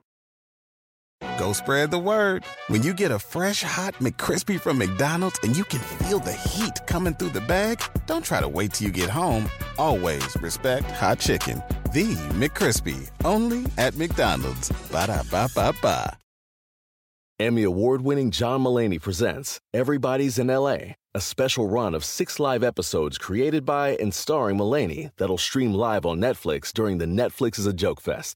Speaker 1: Go spread the word. When you get a fresh hot McCrispy from McDonald's and you can feel the heat coming through the bag, don't try to wait till you get home. Always respect hot chicken. The McCrispy, only at McDonald's. Ba da ba ba ba.
Speaker 2: Emmy award winning John Mulaney presents Everybody's in LA, a special run of six live episodes created by and starring Mulaney that'll stream live on Netflix during the Netflix is a Joke Fest.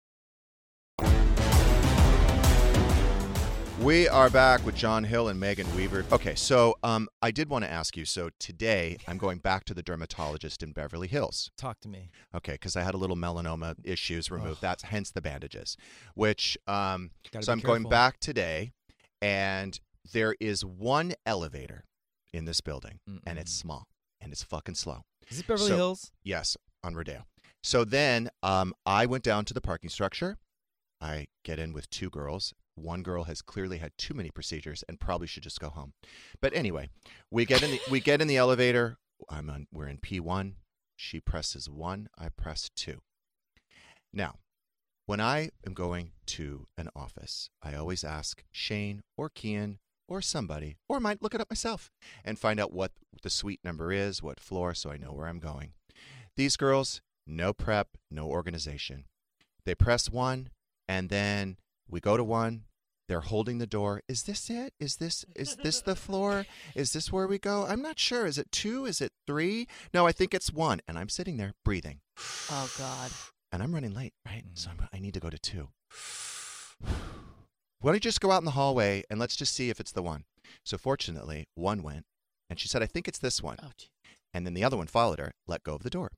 Speaker 3: We are back with John Hill and Megan Weaver. Okay, so um, I did want to ask you. So today I'm going back to the dermatologist in Beverly Hills.
Speaker 6: Talk to me.
Speaker 3: Okay, because I had a little melanoma issues removed.
Speaker 6: Ugh.
Speaker 3: That's hence the bandages. Which um,
Speaker 6: Gotta
Speaker 3: so
Speaker 6: be
Speaker 3: I'm going
Speaker 6: careful.
Speaker 3: back today, and there is one elevator in this building, and it's
Speaker 6: Mm-mm.
Speaker 3: small and it's fucking slow.
Speaker 6: Is it Beverly
Speaker 3: So-
Speaker 6: Hills?
Speaker 3: Yes, on Rodeo. So then um, I went down to the parking structure. I get in with two girls. One girl has clearly had too many procedures and probably should just go home. But anyway, we get in the, we get in the elevator. I'm on, we're in P1. She presses 1, I press 2. Now, when I am going to an office, I always ask Shane or Kian or somebody or might look it up myself and find out what the suite number is, what floor so I know where I'm going. These girls, no prep, no organization. They press one, and then we go to one. They're holding the door. Is this it? Is this is this the floor? Is this where we go? I'm not sure. Is it two? Is it three? No, I think it's one. And I'm sitting there breathing,
Speaker 7: Oh God.
Speaker 3: and I'm running late, right? So I'm, I need to go to two. Why don't you just go out in the hallway and let's just see if it's the one? So fortunately, one went, and she said, "I think it's this one."
Speaker 7: Oh, gee.
Speaker 3: And then the other one followed her, let go of the door.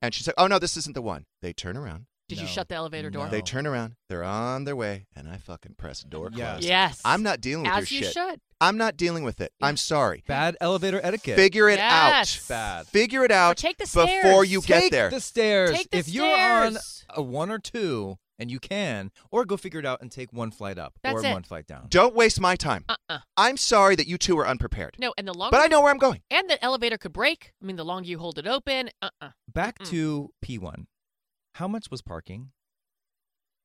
Speaker 3: And she's like, oh, no, this isn't the one. They turn around.
Speaker 7: Did you
Speaker 6: No.
Speaker 7: shut the elevator door?
Speaker 6: No.
Speaker 3: They turn around. They're on their way. And I fucking press door
Speaker 6: Yeah.
Speaker 3: closed.
Speaker 7: Yes.
Speaker 3: I'm not dealing with
Speaker 7: As
Speaker 3: your
Speaker 7: you
Speaker 3: shit.
Speaker 7: should.
Speaker 3: I'm not dealing with it. I'm sorry.
Speaker 6: Bad elevator etiquette.
Speaker 3: Figure it
Speaker 7: Yes.
Speaker 3: out.
Speaker 6: Bad.
Speaker 3: Figure it out
Speaker 7: take the
Speaker 3: before
Speaker 7: stairs.
Speaker 3: you
Speaker 6: Take
Speaker 3: get there.
Speaker 6: the stairs.
Speaker 7: Take the
Speaker 6: if you're on
Speaker 7: stairs.
Speaker 6: a one or two and you can, or go figure it out and take one flight up
Speaker 7: That's
Speaker 6: or
Speaker 7: it.
Speaker 6: one flight down.
Speaker 3: Don't waste my time.
Speaker 7: Uh-uh.
Speaker 3: I'm sorry that you two are unprepared.
Speaker 7: No, and the longer.
Speaker 3: but I know where I'm going.
Speaker 7: And the elevator could break. I mean, the longer you hold it open. Uh-uh.
Speaker 6: Back
Speaker 7: Mm-mm.
Speaker 6: to P1. How much was parking?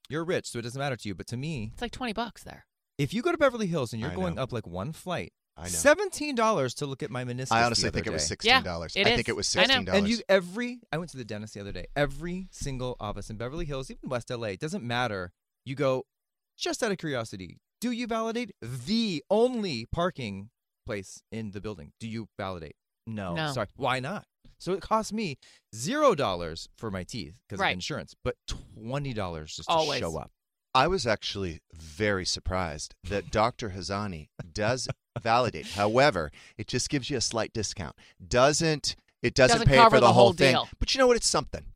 Speaker 6: You're rich, so it doesn't matter to you. But to me,
Speaker 7: It's like twenty bucks there.
Speaker 6: if you go to Beverly Hills and you're
Speaker 3: I
Speaker 6: going
Speaker 3: know.
Speaker 6: up like one flight,
Speaker 3: I know.
Speaker 6: seventeen dollars to look at my meniscus.
Speaker 3: I
Speaker 6: the
Speaker 3: honestly
Speaker 6: other
Speaker 3: think it was
Speaker 6: day.
Speaker 3: $16.
Speaker 7: Yeah, it
Speaker 3: I
Speaker 7: is.
Speaker 3: think it was
Speaker 7: I know.
Speaker 3: $16.
Speaker 6: And you every I went to the dentist the other day. Every single office in Beverly Hills, even West LA, it doesn't matter. You go just out of curiosity. Do you validate the only parking place in the building? Do you validate? No.
Speaker 7: No.
Speaker 6: Sorry. Why not? So it cost me zero dollars for my teeth because
Speaker 7: Right.
Speaker 6: of insurance, but twenty dollars just
Speaker 7: Always.
Speaker 6: to show up.
Speaker 3: I was actually very surprised that Dr. Hazani does validate. However, it just gives you a slight discount. Doesn't it doesn't,
Speaker 7: Doesn't
Speaker 3: pay
Speaker 7: cover
Speaker 3: for the,
Speaker 7: the
Speaker 3: whole
Speaker 7: whole
Speaker 3: thing.
Speaker 7: deal.
Speaker 3: But you know what? It's something.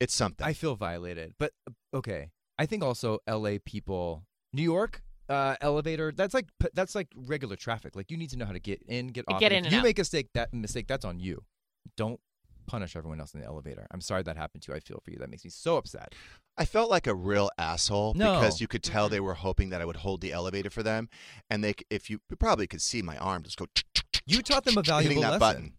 Speaker 3: It's something.
Speaker 6: I feel violated, but uh, okay. I think also L.A. people, New York uh, elevator. That's like that's like regular traffic. Like you need to know how to get in, get
Speaker 7: And
Speaker 6: off.
Speaker 7: get
Speaker 6: If
Speaker 7: in and
Speaker 6: you
Speaker 7: out.
Speaker 6: make a mistake, that mistake that's on you. Don't punish everyone else in the elevator. I'm sorry that happened to you. I feel for you. That makes me so upset.
Speaker 3: I felt like a real asshole
Speaker 6: No.
Speaker 3: because you could tell they were hoping that I would hold the elevator for them, and they, c- if you, you probably could see my arm just go.
Speaker 6: You taught them a valuable
Speaker 3: hitting that
Speaker 6: lesson.
Speaker 3: button.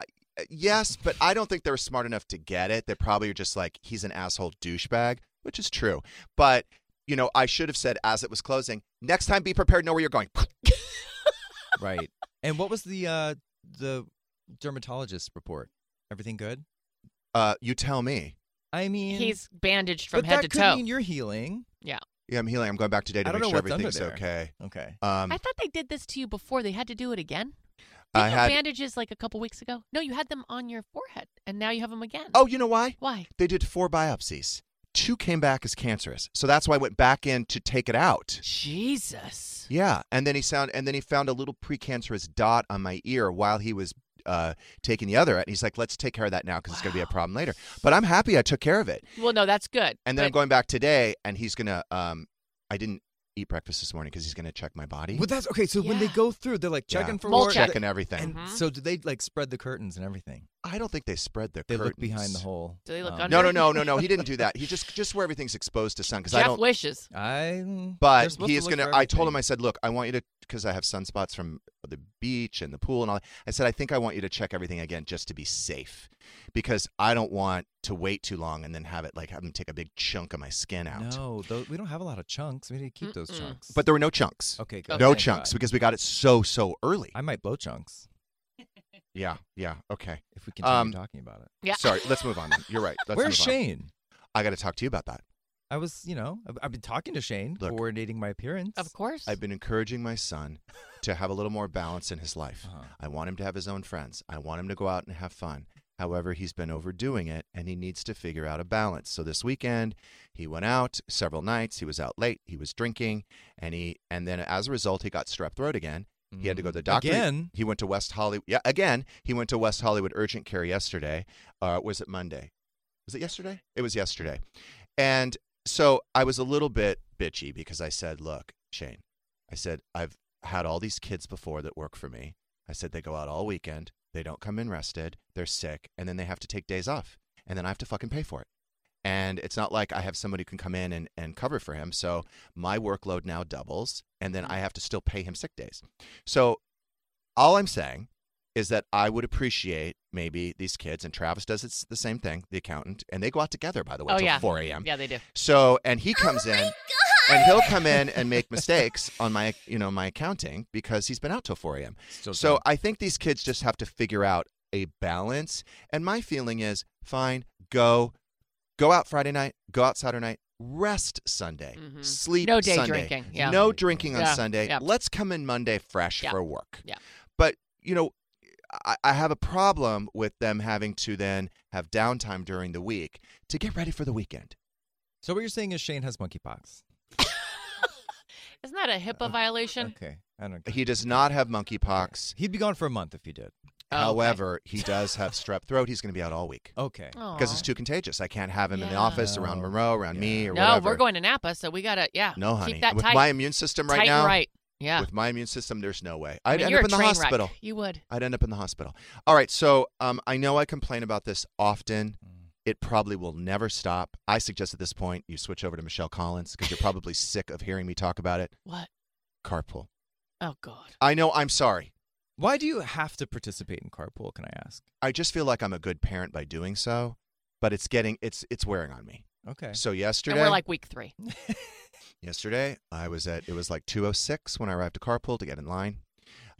Speaker 3: Uh, Yes, but I don't think they were smart enough to get it. They probably were just like, he's an asshole douchebag, which is true. But, you know, I should have said as it was closing, next time be prepared, know where you're going.
Speaker 6: Right. And what was the uh, the dermatologist report? Everything good?
Speaker 3: Uh, you tell me.
Speaker 6: I mean,
Speaker 7: He's bandaged from
Speaker 6: but
Speaker 7: head
Speaker 6: that
Speaker 7: to
Speaker 6: could
Speaker 7: toe.
Speaker 6: mean you're healing.
Speaker 3: Yeah, I'm healing. I'm going back today
Speaker 6: I
Speaker 3: to
Speaker 6: don't
Speaker 3: make
Speaker 6: know
Speaker 3: sure
Speaker 6: what's under
Speaker 3: everything's
Speaker 6: there.
Speaker 3: okay.
Speaker 6: Okay.
Speaker 3: Um,
Speaker 7: I thought they did this to you before. They had to do it again. Didn't
Speaker 3: I
Speaker 7: you
Speaker 3: had.
Speaker 7: have bandages like a couple weeks ago? No, you had them on your forehead, and now you have them again.
Speaker 3: oh, you know why?
Speaker 7: why?
Speaker 3: They did four biopsies. two came back as cancerous. So that's why I went back in to take it out.
Speaker 7: Jesus.
Speaker 3: Yeah, and then he sound and then he found a little precancerous dot on my ear while he was uh, taking the other, and he's like, "Let's take care of that now because it's going to be a problem later." But I'm happy I took care of it,
Speaker 7: Well, no, that's good.
Speaker 3: and then I'm
Speaker 7: but-
Speaker 3: going back today, and he's gonna. Um, I didn't eat breakfast this morning because he's gonna check my body,
Speaker 6: Well, that's okay. So when they
Speaker 7: Yeah.
Speaker 6: go through, they're like checking
Speaker 3: Yeah.
Speaker 6: for
Speaker 7: Mole
Speaker 6: more.
Speaker 7: check.
Speaker 3: checking everything.
Speaker 6: And
Speaker 7: Mhm.
Speaker 6: so do they like spread the curtains and everything?
Speaker 3: I don't think they spread the
Speaker 6: They
Speaker 3: curtains.
Speaker 6: look behind the Oh. hole.
Speaker 7: Do they look
Speaker 6: under?
Speaker 7: under?
Speaker 3: No, no, no, no, no. He didn't do that. He just just where everything's exposed to sun because I
Speaker 7: Jeff
Speaker 3: don't.
Speaker 7: wishes.
Speaker 6: I. they're
Speaker 3: But
Speaker 6: supposed
Speaker 3: he
Speaker 6: to
Speaker 3: is
Speaker 6: look
Speaker 3: gonna.
Speaker 6: for
Speaker 3: I told him. I
Speaker 6: everything.
Speaker 3: said, "Look, I want you to because I have sunspots from the beach and the pool and all." that. I said, "I think I want you to check everything again just to be safe, because I don't want to wait too long and then have it like have them take a big chunk of my skin out."
Speaker 6: No, tho- we don't have a lot of chunks. We need to keep those
Speaker 7: Mm-mm.
Speaker 6: chunks.
Speaker 3: But there were no chunks.
Speaker 6: okay, good.
Speaker 3: No
Speaker 6: Thank
Speaker 3: chunks
Speaker 6: God.
Speaker 3: because we got it so so early.
Speaker 6: I might blow chunks
Speaker 3: yeah, yeah. Okay.
Speaker 6: if we continue
Speaker 3: Um,
Speaker 6: talking about it.
Speaker 7: Yeah.
Speaker 3: Sorry. Let's move on. Then. You're right. Let's
Speaker 6: Where's
Speaker 3: move on.
Speaker 6: Shane?
Speaker 3: I got to talk to you about that.
Speaker 6: I was, you know, I've, I've been talking to Shane,
Speaker 3: Look.
Speaker 6: coordinating my appearance.
Speaker 7: Of course.
Speaker 3: I've been encouraging my son to have a little more balance in his life.
Speaker 6: Uh-huh.
Speaker 3: I want him to have his own friends. I want him to go out and have fun. However, he's been overdoing it and he needs to figure out a balance. So this weekend, he went out several nights. He was out late. He was drinking and he and then as a result, he got strep throat again. He had to go to the
Speaker 6: Mm.
Speaker 3: doctor.
Speaker 6: Again?
Speaker 3: He went to West Hollywood. Yeah, again, he went to West Hollywood urgent care yesterday. Uh, was it Monday? Was it yesterday? It was yesterday. And so I was a little bit bitchy because I said, "Look, Shane, I said, I've had all these kids before that work for me. I said, they go out all weekend, they don't come in rested, they're sick, and then they have to take days off. And then I have to fucking pay for it. And it's not like I have somebody who can come in and, and cover for him. So my workload now doubles, and then I have to still pay him sick days. So all I'm saying is that I would appreciate maybe these kids, and Travis does it's the same thing, the accountant, and they go out together, by the way,
Speaker 7: oh
Speaker 3: till
Speaker 7: yeah.
Speaker 3: 4 a.m.
Speaker 7: Yeah, they do.
Speaker 3: So and he comes in and he'll come in and make mistakes on my you know my accounting because he's been out till 4 a.m.
Speaker 6: Still
Speaker 3: so
Speaker 6: drunk.
Speaker 3: I think these kids just have to figure out a balance. And my feeling is fine, go go out Friday night, go out Saturday night, rest Sunday,
Speaker 7: Mhm.
Speaker 3: sleep
Speaker 7: No day
Speaker 3: Sunday,
Speaker 7: drinking, yeah.
Speaker 3: no drinking on
Speaker 7: Yeah,
Speaker 3: Sunday.
Speaker 7: yeah.
Speaker 3: Let's come in Monday fresh
Speaker 7: Yeah,
Speaker 3: for work.
Speaker 7: yeah.
Speaker 3: But you know, I, I have a problem with them having to then have downtime during the week to get ready for the weekend.
Speaker 6: So what you're saying is Shane has monkeypox.
Speaker 7: Isn't that a
Speaker 3: Uh,
Speaker 7: HIPAA violation?
Speaker 6: Okay, I don't.
Speaker 3: He does not have monkeypox.
Speaker 6: He'd be gone for a month if he did.
Speaker 7: Oh, okay.
Speaker 3: However, he does have strep throat. He's going to be out all week
Speaker 6: Okay.
Speaker 3: because uh, it's
Speaker 7: Aw.
Speaker 3: too contagious. I can't have him in the
Speaker 7: Yeah.
Speaker 3: office around
Speaker 6: No.
Speaker 3: Monroe, around me, or
Speaker 7: No,
Speaker 3: whatever.
Speaker 7: we're going to Napa, so we gotta yeah.
Speaker 3: No, honey.
Speaker 7: Keep that
Speaker 3: with
Speaker 7: tight,
Speaker 3: my immune system right
Speaker 7: tight
Speaker 3: now,
Speaker 7: and right. Yeah.
Speaker 3: with my immune system, there's no way.
Speaker 7: I
Speaker 3: I'd
Speaker 7: mean,
Speaker 3: end
Speaker 7: you're
Speaker 3: up
Speaker 7: a
Speaker 3: in the
Speaker 7: train wreck.
Speaker 3: hospital.
Speaker 7: You would.
Speaker 3: I'd end up in the hospital. All right. So um, I know I complain about this often.
Speaker 7: Mm.
Speaker 3: It probably will never stop. I suggest at this point you switch over to Michelle Collins because you're probably sick of hearing me talk about it.
Speaker 7: What?
Speaker 3: Carpool.
Speaker 7: Oh God.
Speaker 3: I know. I'm sorry.
Speaker 6: Why do you have to participate in carpool? Can I ask?
Speaker 3: I just feel like I'm a good parent by doing so, but it's getting it's it's wearing on me.
Speaker 6: Okay.
Speaker 3: So yesterday,
Speaker 7: And we're like week three.
Speaker 3: yesterday, I was at it was like 2:06 when I arrived to carpool to get in line.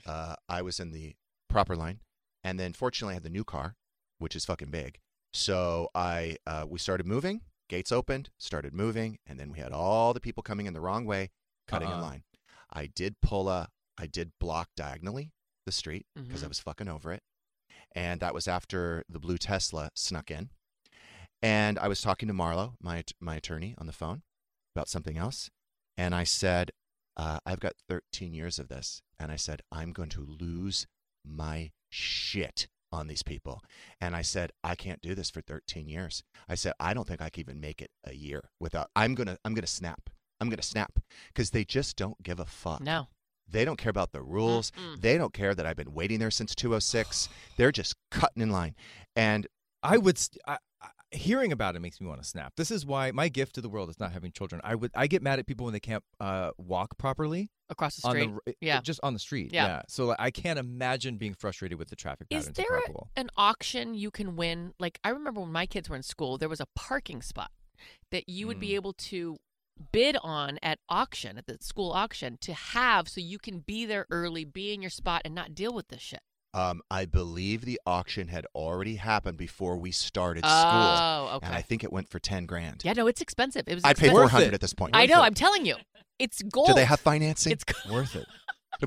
Speaker 3: Uh, I was in the proper line, and then fortunately I had the new car, which is fucking big. So I uh, we started moving, gates opened, started moving, and then we had all the people coming in the wrong way, cutting in
Speaker 6: Uh-uh.
Speaker 3: line. I did pull a, I did block diagonally the street because I
Speaker 7: Mhm.
Speaker 3: was fucking over it, and that was after the blue Tesla snuck in. And I was talking to Marlo, my att- my attorney, on the phone about something else, and I said, uh, "I've got 13 years of this," and I said, "I'm going to lose my shit on these people," and I said, "I can't do this for 13 years." I said, "I don't think I can even make it a year without. I'm gonna I'm gonna snap. I'm gonna snap because they just don't give a fuck.
Speaker 7: No.
Speaker 3: They don't care about the rules.
Speaker 7: Mm-mm.
Speaker 3: They don't care that I've been waiting there since 206. They're just cutting in line, and
Speaker 6: I would. St- I, I, hearing about it makes me want to snap. This is why my gift to the world is not having children. I would. I get mad at people when they can't uh, walk properly
Speaker 7: Across the street.
Speaker 6: on the r-
Speaker 7: yeah.
Speaker 6: just on the street.
Speaker 7: Yeah.
Speaker 6: So like, I can't imagine being frustrated with the traffic patterns
Speaker 7: Is
Speaker 6: of
Speaker 7: there
Speaker 6: carpool.
Speaker 7: an auction you can win? Like I remember when my kids were in school, there was a parking spot that you would
Speaker 3: Mm.
Speaker 7: be able to bid on at auction at the school auction to have so you can be there early, be in your spot and not deal with this shit.
Speaker 3: Um, I believe the auction had already happened before we started
Speaker 7: Oh,
Speaker 3: school, and
Speaker 7: okay.
Speaker 3: I think it went for ten grand.
Speaker 7: Yeah, no, it's expensive. It was
Speaker 3: I'd pay
Speaker 7: expensive.
Speaker 3: four
Speaker 6: Worth
Speaker 3: hundred
Speaker 6: it.
Speaker 3: at this point.
Speaker 7: I know,
Speaker 6: it.
Speaker 7: I'm telling you. It's gold.
Speaker 3: Do they have financing?
Speaker 7: it's
Speaker 6: Worth it.
Speaker 3: It'll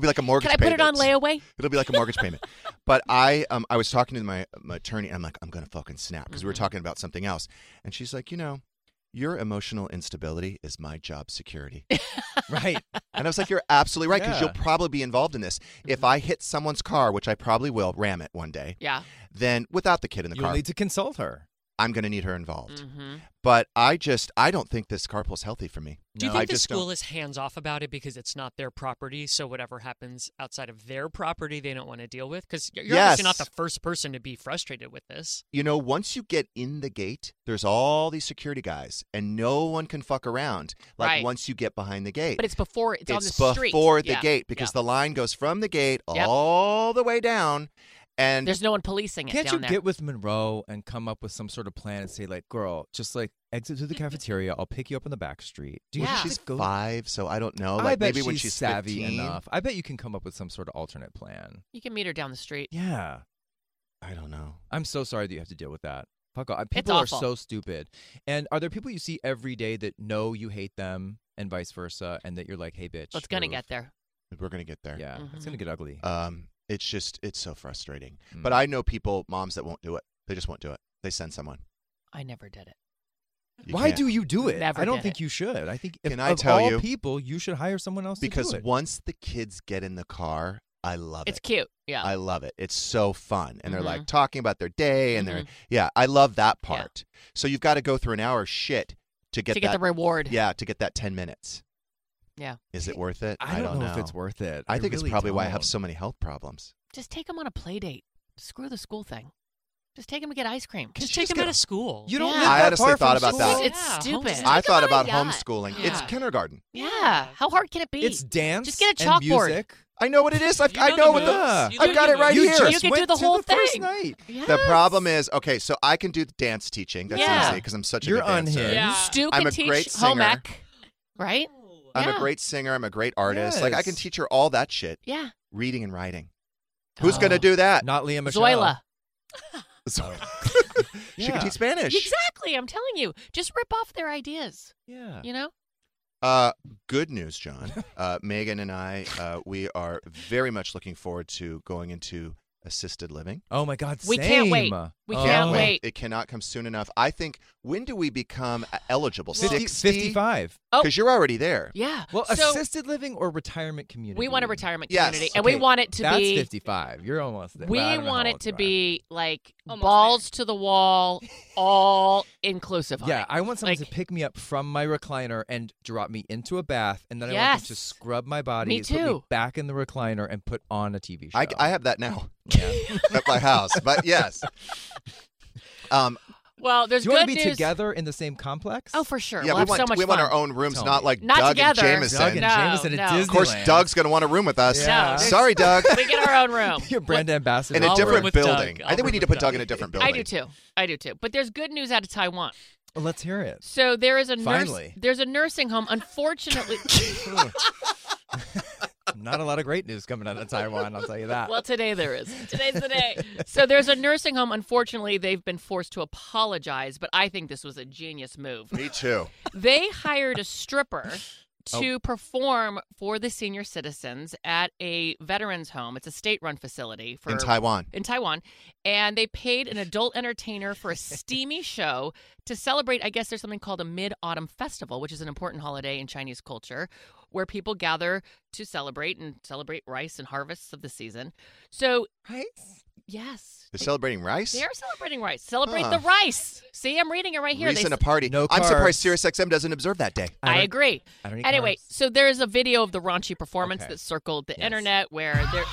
Speaker 3: be like a mortgage.
Speaker 7: Can I put it on
Speaker 3: payment.
Speaker 7: layaway?
Speaker 3: It'll be like a mortgage payment. But I, um, I was
Speaker 7: Mm-hmm.
Speaker 3: talking to my, my attorney, and I'm like, I'm gonna fucking snap because we were talking about something else, and she's like, you know, your emotional instability is my job security.
Speaker 6: right.
Speaker 3: And I was like, you're absolutely right, because
Speaker 6: Yeah. Mm-hmm.
Speaker 3: you'll probably be involved in this. If I hit someone's car, which I probably will ram it one day,
Speaker 4: Yeah.
Speaker 3: then without the kid in the
Speaker 6: You'll
Speaker 3: car,
Speaker 6: need to consult her.
Speaker 3: I'm going to need her involved.
Speaker 4: Mm-hmm.
Speaker 3: But I just, I don't think this carpool's healthy for me.
Speaker 7: Do you
Speaker 3: No.
Speaker 7: think
Speaker 3: I
Speaker 7: the
Speaker 3: just
Speaker 7: school
Speaker 3: don't-
Speaker 7: is hands off about it because it's not their property? So whatever happens outside of their property, they don't want to deal with. Because you're obviously not
Speaker 3: Yes.
Speaker 7: the first person to be frustrated with this.
Speaker 3: You know, once you get in the gate, there's all these security guys, and no one can fuck around. Like
Speaker 4: Right.
Speaker 3: once you get behind the gate,
Speaker 4: But it's before it's, on the street.
Speaker 3: before the
Speaker 4: Yeah.
Speaker 3: gate because
Speaker 4: Yeah.
Speaker 3: the line goes from the gate
Speaker 4: Yep.
Speaker 3: all the way down, and
Speaker 4: there's no one policing it
Speaker 6: Can't
Speaker 4: down
Speaker 6: you
Speaker 4: there.
Speaker 6: get with Monroe and come up with some sort of plan and say, like, girl, just like exit to the cafeteria. I'll pick you up in the back street. Do you
Speaker 4: Yeah.
Speaker 6: think
Speaker 3: she's five, so I don't know. Like
Speaker 6: I bet
Speaker 3: maybe
Speaker 6: she's
Speaker 3: when she's
Speaker 6: savvy
Speaker 3: 15.
Speaker 6: enough. I bet you can come up with some sort of alternate plan.
Speaker 4: you can meet her down the street.
Speaker 6: Yeah.
Speaker 3: I don't know.
Speaker 6: I'm so sorry that you have to deal with that. Fuck off. People are
Speaker 4: awful.
Speaker 6: so stupid. And are there people you see every day that know you hate them and vice versa and that you're like, hey, bitch.
Speaker 4: Well, it's gonna
Speaker 6: move?
Speaker 4: get there. Mm-hmm.
Speaker 3: We're gonna get there.
Speaker 6: Yeah. It's going to get ugly.
Speaker 3: Um, it's just it's so frustrating.
Speaker 6: Mm.
Speaker 3: But I know people, moms that won't do it. They just won't do it. They send someone.
Speaker 4: I never did it.
Speaker 3: You
Speaker 6: Why
Speaker 3: can't.
Speaker 6: do you do it?
Speaker 4: Never
Speaker 6: I don't
Speaker 4: did
Speaker 6: think
Speaker 4: it.
Speaker 6: you should. I think if,
Speaker 3: Can I
Speaker 6: of
Speaker 3: tell
Speaker 6: all
Speaker 3: you?
Speaker 6: people, you should hire someone else
Speaker 3: Because
Speaker 6: to do it.
Speaker 3: once the kids get in the car, I love
Speaker 4: It's
Speaker 3: it.
Speaker 4: cute. Yeah.
Speaker 3: I love it. It's so fun. And they're like
Speaker 4: Mhm.
Speaker 6: Mm-hmm.
Speaker 3: talking about their day and they're yeah, I love that part. So you've got to go through an hour of shit to get
Speaker 4: to get
Speaker 3: that,
Speaker 4: the reward.
Speaker 3: Yeah, to get that 10 minutes.
Speaker 4: Yeah.
Speaker 3: Is it worth it?
Speaker 6: I, don't know, if it's worth it.
Speaker 3: I think
Speaker 6: really
Speaker 3: it's probably why I
Speaker 6: don't.
Speaker 3: have so many health problems.
Speaker 4: Just take them on a play date. Screw the school thing. Just take them to get ice cream.
Speaker 7: Just
Speaker 6: she's
Speaker 7: take them
Speaker 6: gonna-
Speaker 7: out of school.
Speaker 6: You don't
Speaker 4: Yeah.
Speaker 6: live
Speaker 4: I
Speaker 6: that
Speaker 3: honestly
Speaker 6: far
Speaker 3: thought
Speaker 6: from
Speaker 3: about
Speaker 6: school.
Speaker 3: that.
Speaker 4: It's
Speaker 7: Yeah,
Speaker 4: stupid.
Speaker 7: homeschool.
Speaker 10: Take
Speaker 3: I
Speaker 10: 'em
Speaker 3: thought
Speaker 10: on a
Speaker 3: about
Speaker 10: yacht.
Speaker 3: homeschooling. It's
Speaker 7: Yeah.
Speaker 3: kindergarten.
Speaker 4: Yeah. How hard can it be?
Speaker 6: It's dance.
Speaker 4: Just get a
Speaker 6: and
Speaker 4: chalkboard.
Speaker 6: music.
Speaker 3: I know what it is. I've,
Speaker 7: You
Speaker 3: I
Speaker 7: know
Speaker 3: know
Speaker 7: the
Speaker 3: what
Speaker 7: moves.
Speaker 3: the
Speaker 7: You
Speaker 3: I've
Speaker 7: know
Speaker 3: got
Speaker 7: the
Speaker 3: it right
Speaker 6: you
Speaker 3: here.
Speaker 4: You
Speaker 6: Just
Speaker 4: could do
Speaker 6: went
Speaker 4: the
Speaker 6: to
Speaker 4: whole
Speaker 6: first
Speaker 4: thing.
Speaker 6: night.
Speaker 3: The problem is, okay, so I can do dance teaching. That's
Speaker 4: Yeah.
Speaker 3: easy because I'm such a
Speaker 6: You're
Speaker 3: good dancer.
Speaker 6: unhinged.
Speaker 7: Yeah.
Speaker 4: Stu
Speaker 3: I'm
Speaker 4: can
Speaker 3: a
Speaker 4: teach
Speaker 3: great
Speaker 4: home
Speaker 3: singer.
Speaker 4: ec, right?
Speaker 3: I'm
Speaker 4: Yeah.
Speaker 3: a great singer. I'm a great artist. Like I can
Speaker 6: Yes.
Speaker 3: teach her all that shit,
Speaker 4: Yeah.
Speaker 3: reading and writing. Who's
Speaker 4: Oh.
Speaker 3: gonna do that?
Speaker 6: Not Leah Michelle.
Speaker 4: Zoila.
Speaker 3: Sorry. she
Speaker 6: Yeah.
Speaker 3: can teach Spanish.
Speaker 4: Exactly. I'm telling you. Just rip off their ideas.
Speaker 6: Yeah.
Speaker 4: You know?
Speaker 3: Uh, good news, John. Uh, Megan and I, uh, we are very much looking forward to going into assisted living.
Speaker 6: Oh my God.
Speaker 4: We can't wait.
Speaker 6: same.
Speaker 4: We
Speaker 6: Oh.
Speaker 4: can't wait.
Speaker 3: It cannot come soon enough. I think. When do we become e-, eligible?
Speaker 6: 50,
Speaker 3: 60?
Speaker 6: 55.
Speaker 4: Oh.
Speaker 3: Because you're already there.
Speaker 4: Yeah.
Speaker 6: Well,
Speaker 4: so
Speaker 6: assisted living or retirement community.
Speaker 4: we want a retirement
Speaker 3: Yes.
Speaker 4: community, and we
Speaker 6: Okay,
Speaker 4: want it to
Speaker 6: That's
Speaker 4: be.
Speaker 6: 55. You're almost there.
Speaker 4: We
Speaker 6: Well, I don't know
Speaker 4: want
Speaker 6: how
Speaker 4: it
Speaker 6: old
Speaker 4: to
Speaker 6: you are.
Speaker 4: be like
Speaker 10: Almost
Speaker 4: balls to the wall, all inclusive. on
Speaker 6: Yeah,
Speaker 4: it.
Speaker 6: I want someone
Speaker 4: Like-
Speaker 6: to pick me up from my recliner and drop me into a bath, and then I want them to
Speaker 4: Yes.
Speaker 6: scrub my body,
Speaker 4: Me
Speaker 6: put me
Speaker 4: too.
Speaker 6: back in the recliner, and put on a TV show.
Speaker 3: I, I have that now
Speaker 6: Yeah.
Speaker 3: at my house, but yes. Um,
Speaker 4: Well,
Speaker 6: Do
Speaker 4: there's
Speaker 6: you
Speaker 4: good
Speaker 6: want to be
Speaker 4: news.
Speaker 6: together in the same complex?
Speaker 4: Oh, for sure.
Speaker 3: yeah,
Speaker 4: we'll
Speaker 3: we
Speaker 4: have
Speaker 3: want
Speaker 4: so much
Speaker 3: we want
Speaker 4: fun.
Speaker 3: our own rooms,
Speaker 6: Tell
Speaker 3: not
Speaker 6: me.
Speaker 3: like
Speaker 4: Not
Speaker 3: Doug
Speaker 4: together.
Speaker 3: and Jameson.
Speaker 6: Doug and
Speaker 4: No,
Speaker 6: Jameson at
Speaker 4: no.
Speaker 6: Disneyland.
Speaker 3: Of course, Doug's going to want a room with us.
Speaker 4: Yeah.
Speaker 3: Sorry, Doug.
Speaker 4: we get our own room.
Speaker 6: Your brand ambassador.
Speaker 3: in a
Speaker 7: I'll room
Speaker 3: different
Speaker 7: with Doug.
Speaker 3: building. I
Speaker 7: I'll
Speaker 3: think we
Speaker 7: room
Speaker 3: need to
Speaker 7: with
Speaker 3: put Doug
Speaker 7: Doug.
Speaker 3: in a different building.
Speaker 4: I do too. I do too. But there's good news out of Taiwan.
Speaker 6: Let's hear it.
Speaker 4: So there is a nurse.
Speaker 6: Finally.
Speaker 4: There's a nursing home. Unfortunately,
Speaker 6: Not a lot of great news coming out of Taiwan, I'll tell you that.
Speaker 4: well, today there is.
Speaker 10: Today's the day.
Speaker 4: So there's a nursing home. Unfortunately, they've been forced to apologize, but I think this was a genius move.
Speaker 3: Me too.
Speaker 4: They hired a stripper
Speaker 6: Oh.
Speaker 4: to perform for the senior citizens at a veterans home. It's a state-run facility for
Speaker 3: In Taiwan.
Speaker 4: in Taiwan, and they paid an adult entertainer for a steamy show to celebrate. I guess there's something called a Mid Autumn Festival, which is an important holiday in Chinese culture where people gather to celebrate and celebrate rice and harvests of the season. So,
Speaker 6: right?
Speaker 4: yes.
Speaker 3: They're celebrating rice?
Speaker 4: They are celebrating rice. Celebrate
Speaker 3: Huh.
Speaker 4: the rice. See, I'm reading it right here.
Speaker 3: Reese
Speaker 4: They
Speaker 3: in a
Speaker 4: s-
Speaker 3: party.
Speaker 6: No
Speaker 3: I'm surprised
Speaker 6: carbs.
Speaker 3: SiriusXM doesn't observe that day.
Speaker 4: I agree.
Speaker 6: I don't eat
Speaker 4: Anyway,
Speaker 6: carbs.
Speaker 4: so there's a video of the raunchy performance
Speaker 6: Okay.
Speaker 4: that circled the
Speaker 6: Yes.
Speaker 4: internet where they're.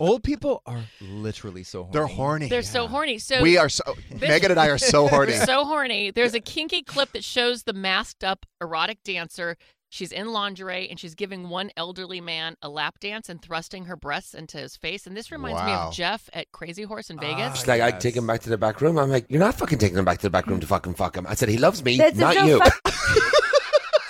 Speaker 6: Old people are literally so horny.
Speaker 3: They're horny.
Speaker 4: They're so horny. So
Speaker 3: we are so. Megan and I are so horny.
Speaker 4: We're so horny. There's a kinky clip that shows the masked up erotic dancer. She's in lingerie and she's giving one elderly man a lap dance and thrusting her breasts into his face. And this reminds me
Speaker 3: Wow.
Speaker 4: of Jeff at Crazy Horse in Vegas.
Speaker 6: Ah,
Speaker 11: It's like, I
Speaker 6: yes.
Speaker 11: take him back to the back room. I'm like, you're not fucking taking him back to the back room to fucking fuck him. I said, he loves me,
Speaker 10: That's
Speaker 11: not
Speaker 10: so
Speaker 11: you.
Speaker 10: fu-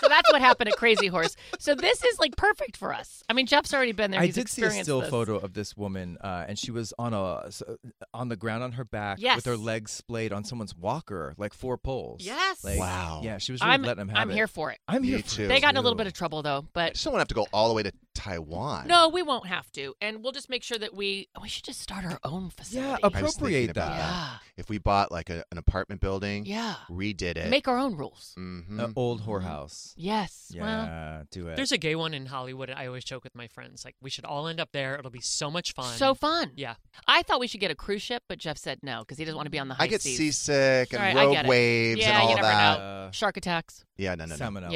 Speaker 4: so that's what what happened at Crazy Horse. So this is like perfect for us. I mean, Jeff's already been there.
Speaker 6: I
Speaker 4: He's
Speaker 6: did see a
Speaker 4: experienced
Speaker 6: still
Speaker 4: this.
Speaker 6: photo of this woman, uh, and she was on a s- uh, on the ground on her back
Speaker 4: Yes.
Speaker 6: with her legs splayed on someone's walker, like four poles.
Speaker 4: Yes.
Speaker 6: Like,
Speaker 3: Wow.
Speaker 6: Yeah, she was really
Speaker 4: I'm,
Speaker 6: letting them have
Speaker 4: I'm
Speaker 6: it.
Speaker 4: here for it.
Speaker 6: I'm here
Speaker 3: Me
Speaker 6: for
Speaker 3: too.
Speaker 6: it,
Speaker 4: They got in a little
Speaker 6: too.
Speaker 4: bit of trouble though,
Speaker 3: I
Speaker 4: but
Speaker 3: just don't want to have to go all the way to Taiwan.
Speaker 4: no, we won't have to, and we'll just make sure that we we should just start our own facility.
Speaker 3: I
Speaker 6: Yeah,
Speaker 3: was thinking
Speaker 6: appropriate
Speaker 3: about
Speaker 6: that.
Speaker 4: yeah,
Speaker 3: If we bought like a, an apartment building,
Speaker 4: yeah.
Speaker 3: redid it.
Speaker 4: Make our own rules.
Speaker 3: Mhm.
Speaker 6: An old whorehouse.
Speaker 4: Yes. Well,
Speaker 6: Yeah, do it.
Speaker 12: There's a gay one in Hollywood. and I always joke with my friends, like, we should all end up there. It'll be so much fun.
Speaker 4: so fun.
Speaker 12: Yeah.
Speaker 4: I thought we should get a cruise ship, but Jeff said no because he doesn't want to be on the high
Speaker 3: I get
Speaker 4: seas.
Speaker 3: seasick and
Speaker 4: All right, I get
Speaker 3: rogue
Speaker 4: it.
Speaker 3: waves
Speaker 4: yeah,
Speaker 3: and all
Speaker 4: you never
Speaker 3: that.
Speaker 4: know.
Speaker 6: Uh,
Speaker 4: Shark attacks.
Speaker 3: Yeah, no, no, no.
Speaker 6: salmonella.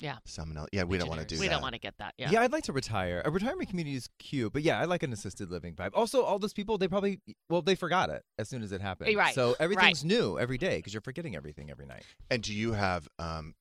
Speaker 4: Yeah.
Speaker 3: Salmonella. Yeah, we don't want to do
Speaker 4: We
Speaker 3: that.
Speaker 4: don't want to get that.
Speaker 6: Yeah.
Speaker 4: Yeah.
Speaker 6: I'd like to retire. A retirement community is cute, but yeah, I like an assisted living vibe. Also, all those people, they probably, well, they forgot it as soon as it happened.
Speaker 4: Right,
Speaker 6: So
Speaker 4: right.
Speaker 6: everything's new every day because you're forgetting everything every night.
Speaker 3: And do you have,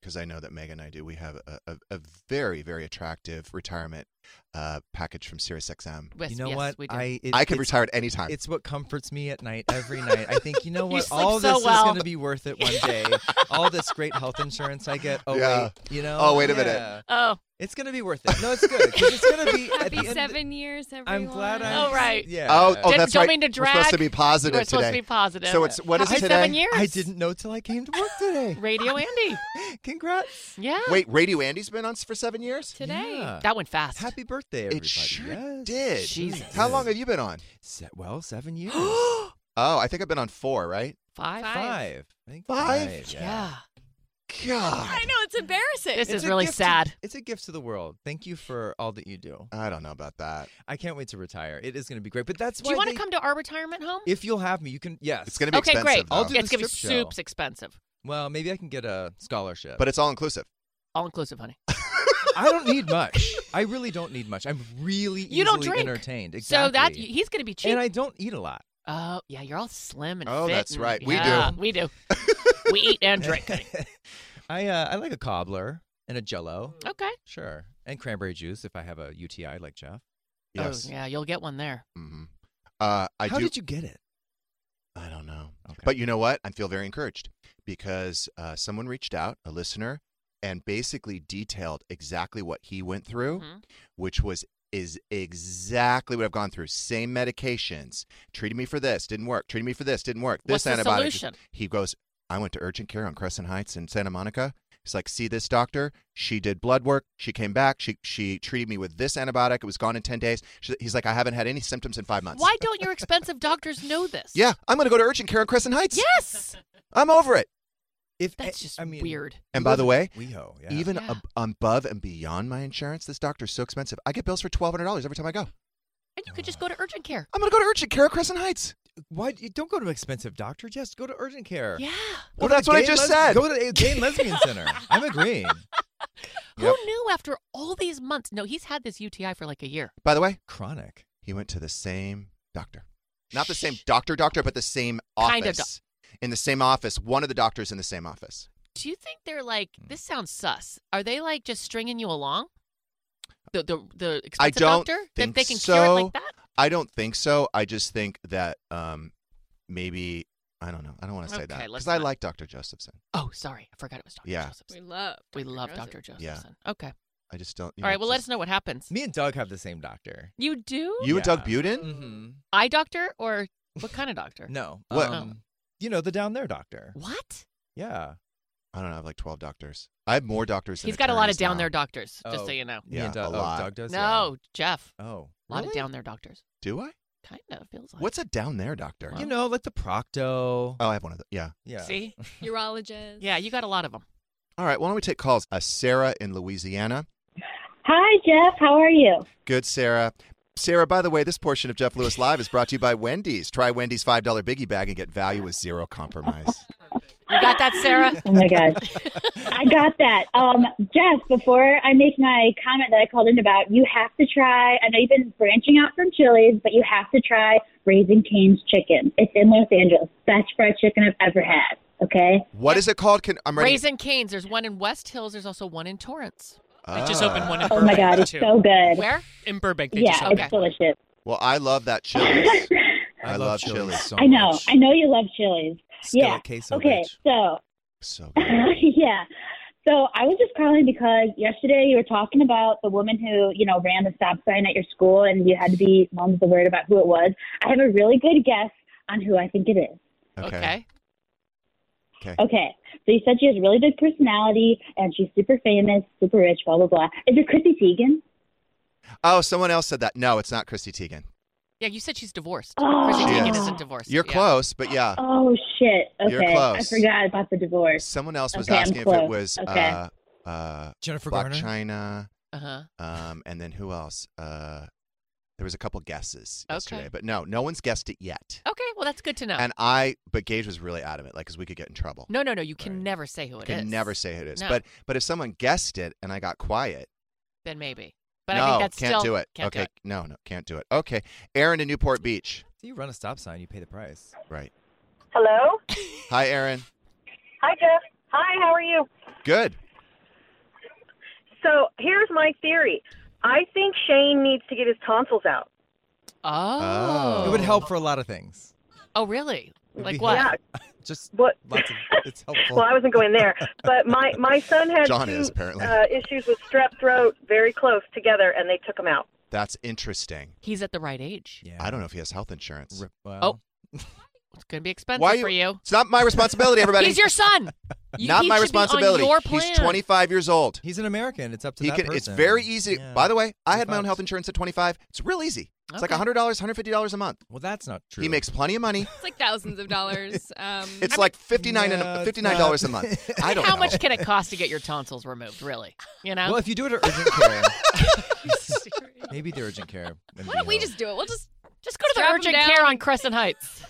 Speaker 3: because I know that Megan and I do, we have a, a, a very, very attractive retirement uh, package from SiriusXM.
Speaker 4: Yes,
Speaker 6: you know
Speaker 4: yes,
Speaker 6: what?
Speaker 4: We do.
Speaker 6: I, it-
Speaker 3: I can
Speaker 6: it's-
Speaker 3: retire at any time.
Speaker 6: It's what comforts me at night every night. I think, you know
Speaker 4: You
Speaker 6: what?
Speaker 4: sleep
Speaker 6: all
Speaker 4: so
Speaker 6: this
Speaker 4: well.
Speaker 6: is going to be worth it one day. all this great health insurance I get. Oh,
Speaker 3: Yeah.
Speaker 6: wait. You know?
Speaker 3: Oh, wait a minute.
Speaker 6: Yeah.
Speaker 4: oh,
Speaker 6: It's going to be worth it. No, it's good. 'cause It's going to be. at the
Speaker 8: Happy
Speaker 6: end of the-
Speaker 8: seven years, everyone.
Speaker 6: I'm glad I.
Speaker 4: Oh, right.
Speaker 6: Yeah.
Speaker 3: oh, oh,
Speaker 4: Didn't-
Speaker 3: that's
Speaker 4: don't
Speaker 3: right.
Speaker 4: mean to
Speaker 3: We're supposed
Speaker 4: drag.
Speaker 3: to be
Speaker 4: you
Speaker 3: positive
Speaker 4: were supposed
Speaker 3: today.
Speaker 4: to be positive.
Speaker 3: So it's- what is
Speaker 4: Happy
Speaker 3: it
Speaker 4: Seven
Speaker 3: today?
Speaker 4: years.
Speaker 6: I didn't know till I came to work today.
Speaker 4: Radio Andy.
Speaker 6: Congrats.
Speaker 4: Yeah.
Speaker 3: Wait, Radio Andy's been on s- for seven years?
Speaker 8: Today.
Speaker 6: Yeah.
Speaker 4: That went fast.
Speaker 6: Happy birthday, everybody.
Speaker 3: It sure
Speaker 6: Yes.
Speaker 3: did.
Speaker 4: Jesus.
Speaker 3: How long have you been on?
Speaker 6: Se- well, seven years.
Speaker 3: Oh, I think I've been on four, right?
Speaker 4: Five.
Speaker 6: five. I think
Speaker 3: Five?
Speaker 4: Yeah.
Speaker 3: God.
Speaker 8: I know it's embarrassing.
Speaker 4: This is
Speaker 6: It's a
Speaker 4: really
Speaker 6: gift to-
Speaker 4: sad.
Speaker 6: it's a gift to the world. Thank you for all that you do.
Speaker 3: I don't know about that.
Speaker 6: I can't wait to retire. It is going to be great. But that's
Speaker 4: Do you
Speaker 6: why
Speaker 4: want to
Speaker 6: they-
Speaker 4: come to our retirement home?
Speaker 6: If you'll have me, you can. Yes.
Speaker 3: It's going to be
Speaker 4: okay,
Speaker 3: expensive.
Speaker 4: great.
Speaker 3: Though.
Speaker 6: I'll do
Speaker 4: it's
Speaker 6: the
Speaker 4: gonna be
Speaker 6: strip show.
Speaker 4: soups expensive.
Speaker 6: Well, maybe I can get a scholarship.
Speaker 3: but it's all inclusive.
Speaker 4: All inclusive, honey.
Speaker 6: I don't need much. I really don't need much. I'm really
Speaker 4: You don't
Speaker 6: easily
Speaker 4: drink.
Speaker 6: entertained.
Speaker 4: So that
Speaker 6: Exactly.
Speaker 4: he's gonna be cheap.
Speaker 6: and I don't eat a lot.
Speaker 4: oh yeah, you're all slim and
Speaker 3: Oh,
Speaker 4: fit
Speaker 3: that's
Speaker 4: and-
Speaker 3: right. We do.
Speaker 4: yeah, We do. we eat and drink. honey.
Speaker 6: I uh, I like a cobbler and a Jello,
Speaker 4: Okay.
Speaker 6: sure, and cranberry juice if I have a UTI like Jeff.
Speaker 3: Yes.
Speaker 4: Oh, yeah, you'll get one there.
Speaker 3: hmm uh, I
Speaker 6: How
Speaker 3: do.
Speaker 6: did you get it?
Speaker 3: I don't know.
Speaker 6: Okay.
Speaker 3: But you know what? I feel very encouraged because uh, someone reached out, a listener, and basically detailed exactly what he went through,
Speaker 4: Mhm.
Speaker 3: which was is exactly what I've gone through. Same medications. Treated me for this, didn't work. Treated me for this, didn't work.
Speaker 4: What's
Speaker 3: This
Speaker 4: the
Speaker 3: antibiotic.
Speaker 4: solution?
Speaker 3: He goes, I went to urgent care on Crescent Heights in Santa Monica. He's like, see this doctor. She did blood work. She came back. She she treated me with this antibiotic. It was gone in ten days. She, he's like, I haven't had any symptoms in five months.
Speaker 4: Why don't your expensive doctors know this?
Speaker 3: Yeah, I'm gonna go to urgent care on Crescent Heights.
Speaker 4: Yes.
Speaker 3: I'm over it.
Speaker 6: If
Speaker 4: That's just
Speaker 6: I mean,
Speaker 4: weird.
Speaker 3: And by the way,
Speaker 6: WeHo, yeah.
Speaker 3: even
Speaker 4: Yeah.
Speaker 3: ab- above and beyond my insurance, this doctor's so expensive. I get bills for twelve hundred dollars every time I go.
Speaker 4: And you could just go to urgent care.
Speaker 3: I'm gonna go to urgent care at Crescent Heights.
Speaker 6: why do you don't go to an expensive doctor? Just go to urgent care.
Speaker 4: Yeah.
Speaker 6: Go
Speaker 3: Well,
Speaker 6: to
Speaker 3: that's
Speaker 6: the
Speaker 3: what I
Speaker 6: gay
Speaker 3: just
Speaker 6: and
Speaker 3: said.
Speaker 6: Go to the gay and lesbian center. I'm agreeing. Yep.
Speaker 4: Who knew after all these months? No, he's had this UTI for like a year.
Speaker 3: By the way,
Speaker 6: Chronic.
Speaker 3: he went to the same doctor, not the same doctor, doctor, but the same office.
Speaker 4: Kind of
Speaker 3: in the same office, one of the doctors in the same office.
Speaker 4: Do you think they're like
Speaker 3: Hmm.
Speaker 4: this sounds sus? Are they like just stringing you along? The the the expensive
Speaker 3: don't
Speaker 4: doctor that
Speaker 3: think
Speaker 4: they can
Speaker 3: so.
Speaker 4: cure it like that?
Speaker 3: I don't think so. I just think that um, maybe I don't know. I don't want to say
Speaker 4: Okay,
Speaker 3: that
Speaker 4: let's
Speaker 3: because I
Speaker 4: not-
Speaker 3: like Dr. Josephson.
Speaker 4: Oh, sorry, I forgot it was Dr.
Speaker 3: Yeah.
Speaker 8: We
Speaker 4: Josephson.
Speaker 8: love.
Speaker 4: We love
Speaker 8: Rosen.
Speaker 4: Dr. Josephson. Okay.
Speaker 3: I just don't. you
Speaker 4: All right.
Speaker 3: know,
Speaker 4: Well, let us
Speaker 3: just-
Speaker 4: know what happens.
Speaker 6: Me and Doug have the same doctor.
Speaker 4: You do
Speaker 3: You and
Speaker 6: Yeah.
Speaker 3: Doug Buden?
Speaker 6: Mm-hmm.
Speaker 4: eye doctor or what kind of doctor?
Speaker 6: No.
Speaker 3: What?
Speaker 6: Um, you know the down there doctor.
Speaker 4: What?
Speaker 6: Yeah.
Speaker 3: I don't know. I have like twelve doctors. I have more doctors. than
Speaker 4: He's got a lot of
Speaker 3: attorneys
Speaker 4: down
Speaker 3: now.
Speaker 4: there doctors. Just
Speaker 6: Oh,
Speaker 4: so you know.
Speaker 6: Me
Speaker 3: Yeah,
Speaker 6: and Doug,
Speaker 3: a
Speaker 6: oh,
Speaker 3: lot.
Speaker 6: Doug does.
Speaker 4: No, Jeff.
Speaker 6: Yeah. Oh.
Speaker 4: A lot of
Speaker 6: really?
Speaker 4: down there doctors.
Speaker 3: Do I?
Speaker 4: Kind of feels like.
Speaker 3: What's a down there doctor?
Speaker 4: Well,
Speaker 6: You know, like the procto.
Speaker 3: Oh, I have one of those. Yeah.
Speaker 6: yeah.
Speaker 4: See?
Speaker 8: Urologist.
Speaker 4: Yeah, you got a lot of them.
Speaker 3: All right. Why don't we take calls? Uh, Sarah in Louisiana.
Speaker 13: Hi, Jeff. How are you?
Speaker 3: Good, Sarah. Sarah, by the way, this portion of Jeff Lewis Live is brought to you by Wendy's. Try Wendy's $5 biggie bag and get value with zero compromise.
Speaker 4: You got that, Sarah?
Speaker 13: Oh my gosh, I got that. Um, Jeff, before I make my comment that I called in about, you have to try. I know you've been branching out from Chili's, but you have to try Raising Cane's chicken. It's in Los Angeles. Best fried chicken I've ever had. Okay.
Speaker 3: What is it called? Can I'm ready.
Speaker 4: Raisin Canes. There's one in West Hills. There's also one in Torrance.
Speaker 12: They just
Speaker 3: Ah,
Speaker 12: opened one in
Speaker 13: Oh
Speaker 12: Burbank,
Speaker 13: my god, it's
Speaker 12: too.
Speaker 13: so good.
Speaker 4: Where?
Speaker 12: In Burbank, they just
Speaker 13: yeah,
Speaker 12: opened
Speaker 13: it's delicious.
Speaker 3: Well, I love that Chili's. I love
Speaker 6: Chili's
Speaker 3: Chili's.
Speaker 6: so
Speaker 13: I know.
Speaker 6: much.
Speaker 13: I know you love Chili's.
Speaker 6: Skillet
Speaker 13: yeah.
Speaker 6: queso
Speaker 13: Okay.
Speaker 6: rich.
Speaker 13: So
Speaker 3: so good.
Speaker 13: yeah. So I was just calling because yesterday you were talking about the woman who, you know, ran the stop sign at your school and you had to be mom's the word about who it was. I have a really good guess on who I think it is.
Speaker 4: Okay.
Speaker 3: Okay.
Speaker 13: Okay. So you said she has really big personality and she's super famous, super rich, blah blah blah. Is it Chrissy Teigen?
Speaker 3: Oh, someone else said that. No, it's not Christy Teigen.
Speaker 4: Yeah, you said she's divorced.
Speaker 13: Oh.
Speaker 4: Chrissy
Speaker 13: She
Speaker 4: Teigen
Speaker 13: is.
Speaker 4: isn't divorced.
Speaker 3: You're
Speaker 4: Yeah.
Speaker 3: close, but yeah.
Speaker 13: Oh shit.
Speaker 3: You're
Speaker 13: Okay. I
Speaker 3: close.
Speaker 13: forgot about the divorce.
Speaker 3: Someone else was
Speaker 13: Okay, I'm
Speaker 3: asking if it
Speaker 13: close.
Speaker 3: was
Speaker 13: Okay.
Speaker 3: uh, uh,
Speaker 6: Jennifer
Speaker 3: Black
Speaker 6: Garner?
Speaker 3: China,
Speaker 4: Uh-huh.
Speaker 3: um, and then who else? Uh, there was a couple guesses
Speaker 4: Okay.
Speaker 3: yesterday, but no, no one's guessed it yet.
Speaker 4: Okay, well that's good to know.
Speaker 3: And I, but Gage was really adamant, like, because we could get in trouble.
Speaker 4: no, no, no, you can
Speaker 3: Right.
Speaker 4: never say who it is.
Speaker 3: can never say who it is.
Speaker 4: No.
Speaker 3: But but if someone guessed it and I got quiet,
Speaker 4: then maybe. But
Speaker 3: no,
Speaker 4: I think that's
Speaker 3: can't
Speaker 4: still
Speaker 3: do it.
Speaker 4: Can't
Speaker 3: okay,
Speaker 4: do it.
Speaker 3: no, no, can't do it. Okay, Aaron in Newport Beach.
Speaker 6: You run a stop sign, you pay the price.
Speaker 3: Right.
Speaker 14: Hello.
Speaker 3: Hi, Aaron.
Speaker 14: Hi, Jeff. Hi. How are you?
Speaker 3: Good.
Speaker 14: So here's my theory. I think Shane needs to get his tonsils out.
Speaker 4: Oh.
Speaker 6: It would help for a lot of things.
Speaker 4: Oh, really?
Speaker 6: It'd
Speaker 4: Like
Speaker 6: be
Speaker 4: what?
Speaker 14: Yeah.
Speaker 6: Just
Speaker 14: What?
Speaker 6: lots of it's helpful.
Speaker 14: Well, I wasn't going there, but my my son had
Speaker 3: John
Speaker 14: two
Speaker 3: is, apparently.
Speaker 14: Uh, issues with strep throat very close together, and they took him out.
Speaker 3: That's interesting.
Speaker 4: He's at the right age.
Speaker 6: yeah.
Speaker 3: I don't know if he has health insurance.
Speaker 6: Rip-
Speaker 4: Oh,
Speaker 6: well,
Speaker 4: It's going to be expensive
Speaker 3: Why
Speaker 4: for you.
Speaker 3: It's not my responsibility, everybody.
Speaker 4: He's your son. You-
Speaker 3: not
Speaker 4: he
Speaker 3: my
Speaker 4: should be on
Speaker 3: responsibility.
Speaker 4: your
Speaker 3: He's
Speaker 4: plan.
Speaker 3: 25 years old.
Speaker 6: He's an American. It's up to
Speaker 3: He
Speaker 6: that
Speaker 3: can.
Speaker 6: person.
Speaker 3: It's very easy.
Speaker 6: Yeah.
Speaker 3: By the way, I had my own
Speaker 6: Fucked.
Speaker 3: health insurance at 25. It's real easy. It's like
Speaker 4: Okay.
Speaker 3: $100, $150 a month.
Speaker 6: Well, that's not true.
Speaker 3: He makes plenty of money.
Speaker 8: It's like thousands of dollars. Um,
Speaker 3: It's like 59
Speaker 6: Yeah,
Speaker 3: and
Speaker 6: it's
Speaker 3: $59 a
Speaker 6: not.
Speaker 3: month. I don't
Speaker 4: How
Speaker 3: know.
Speaker 4: much can it cost to get your tonsils removed, really? You know?
Speaker 6: Well, if you do it at urgent care, maybe the urgent care. would
Speaker 8: why
Speaker 6: be
Speaker 8: don't we
Speaker 6: help.
Speaker 8: just do it? We'll just
Speaker 4: Just go to the
Speaker 8: Strap 'em
Speaker 4: urgent
Speaker 8: down.
Speaker 4: care on Crescent Heights.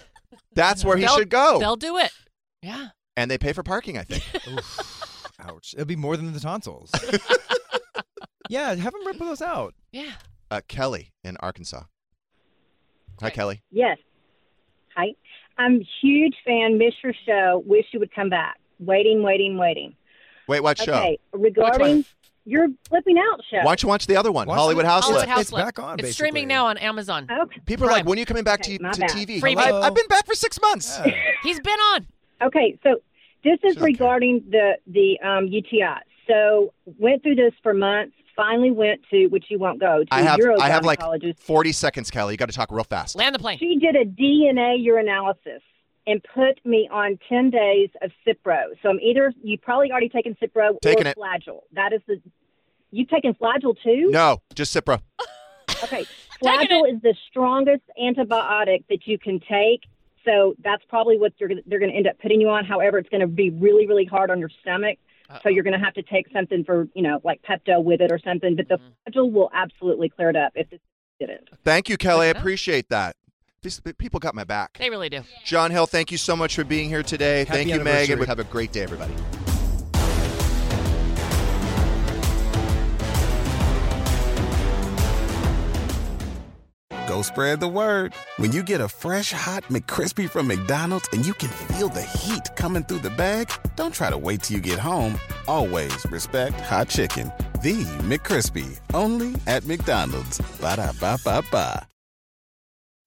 Speaker 3: That's where he
Speaker 4: They'll-
Speaker 3: should go.
Speaker 4: They'll do it. Yeah.
Speaker 3: And they pay for parking, I think.
Speaker 6: Oof. Ouch. It'll be more than the tonsils. yeah, have him rip those out.
Speaker 4: Yeah.
Speaker 3: Uh, Kelly in Arkansas. Hi,
Speaker 8: Right.
Speaker 3: Kelly.
Speaker 15: Yes. Hi. I'm a huge fan. Miss your show. Wish you would come back. Waiting, waiting, waiting.
Speaker 3: Wait, what show?
Speaker 15: Okay. Regarding your flipping out show.
Speaker 3: Why don't you watch the other one,
Speaker 6: Watch
Speaker 3: Hollywood
Speaker 6: the-
Speaker 3: House
Speaker 4: Hollywood
Speaker 3: Flip?
Speaker 4: House
Speaker 6: It's
Speaker 4: Flip.
Speaker 6: back on,
Speaker 4: It's streaming
Speaker 6: basically.
Speaker 4: now on Amazon.
Speaker 8: Oh.
Speaker 15: Okay.
Speaker 3: People are
Speaker 4: Prime.
Speaker 3: like, when are you coming back
Speaker 15: Okay,
Speaker 3: to,
Speaker 15: my
Speaker 3: to
Speaker 15: bad.
Speaker 3: TV?
Speaker 4: Freebie.
Speaker 3: I've, I've been back for six months.
Speaker 6: Yeah.
Speaker 4: He's been on.
Speaker 15: Okay. So this is
Speaker 3: Sure, okay.
Speaker 15: regarding the the um, UTI. So went through this for months. Finally went to which you won't go to
Speaker 3: I have, I have like
Speaker 15: urogynecologist.
Speaker 3: 40 seconds, Kelly. You got to talk real fast.
Speaker 4: Land the plane.
Speaker 15: She did a DNA urinalysis and put me on 10 days of Cipro. So I'm either, you've probably already taken Cipro
Speaker 3: Taken
Speaker 15: or
Speaker 3: it.
Speaker 15: Flagyl. That is the, you've taken Flagyl too?
Speaker 3: No, just Cipro.
Speaker 15: Okay. Flagyl is the strongest antibiotic that you can take. So that's probably what they're, gonna- they're going to end up putting you on. However, it's going to be really, really hard on your stomach. So you're going to have to take something for, you know, like Pepto with it or something. But the Flagyl will absolutely clear it up if this didn't.
Speaker 3: Thank you, Kelly.
Speaker 4: Good
Speaker 3: I
Speaker 4: enough.
Speaker 3: appreciate that. These people got my back.
Speaker 4: They really do.
Speaker 3: John Hill, thank you so much for being here today. thank you, Megan.
Speaker 6: anniversary.
Speaker 3: Have a great day, everybody.
Speaker 1: Go spread the word. When you get a fresh hot McCrispy from McDonald's and you can feel the heat coming through the bag, don't try to wait till you get home. Always respect hot chicken. The McCrispy, only at McDonald's. Ba da ba ba ba.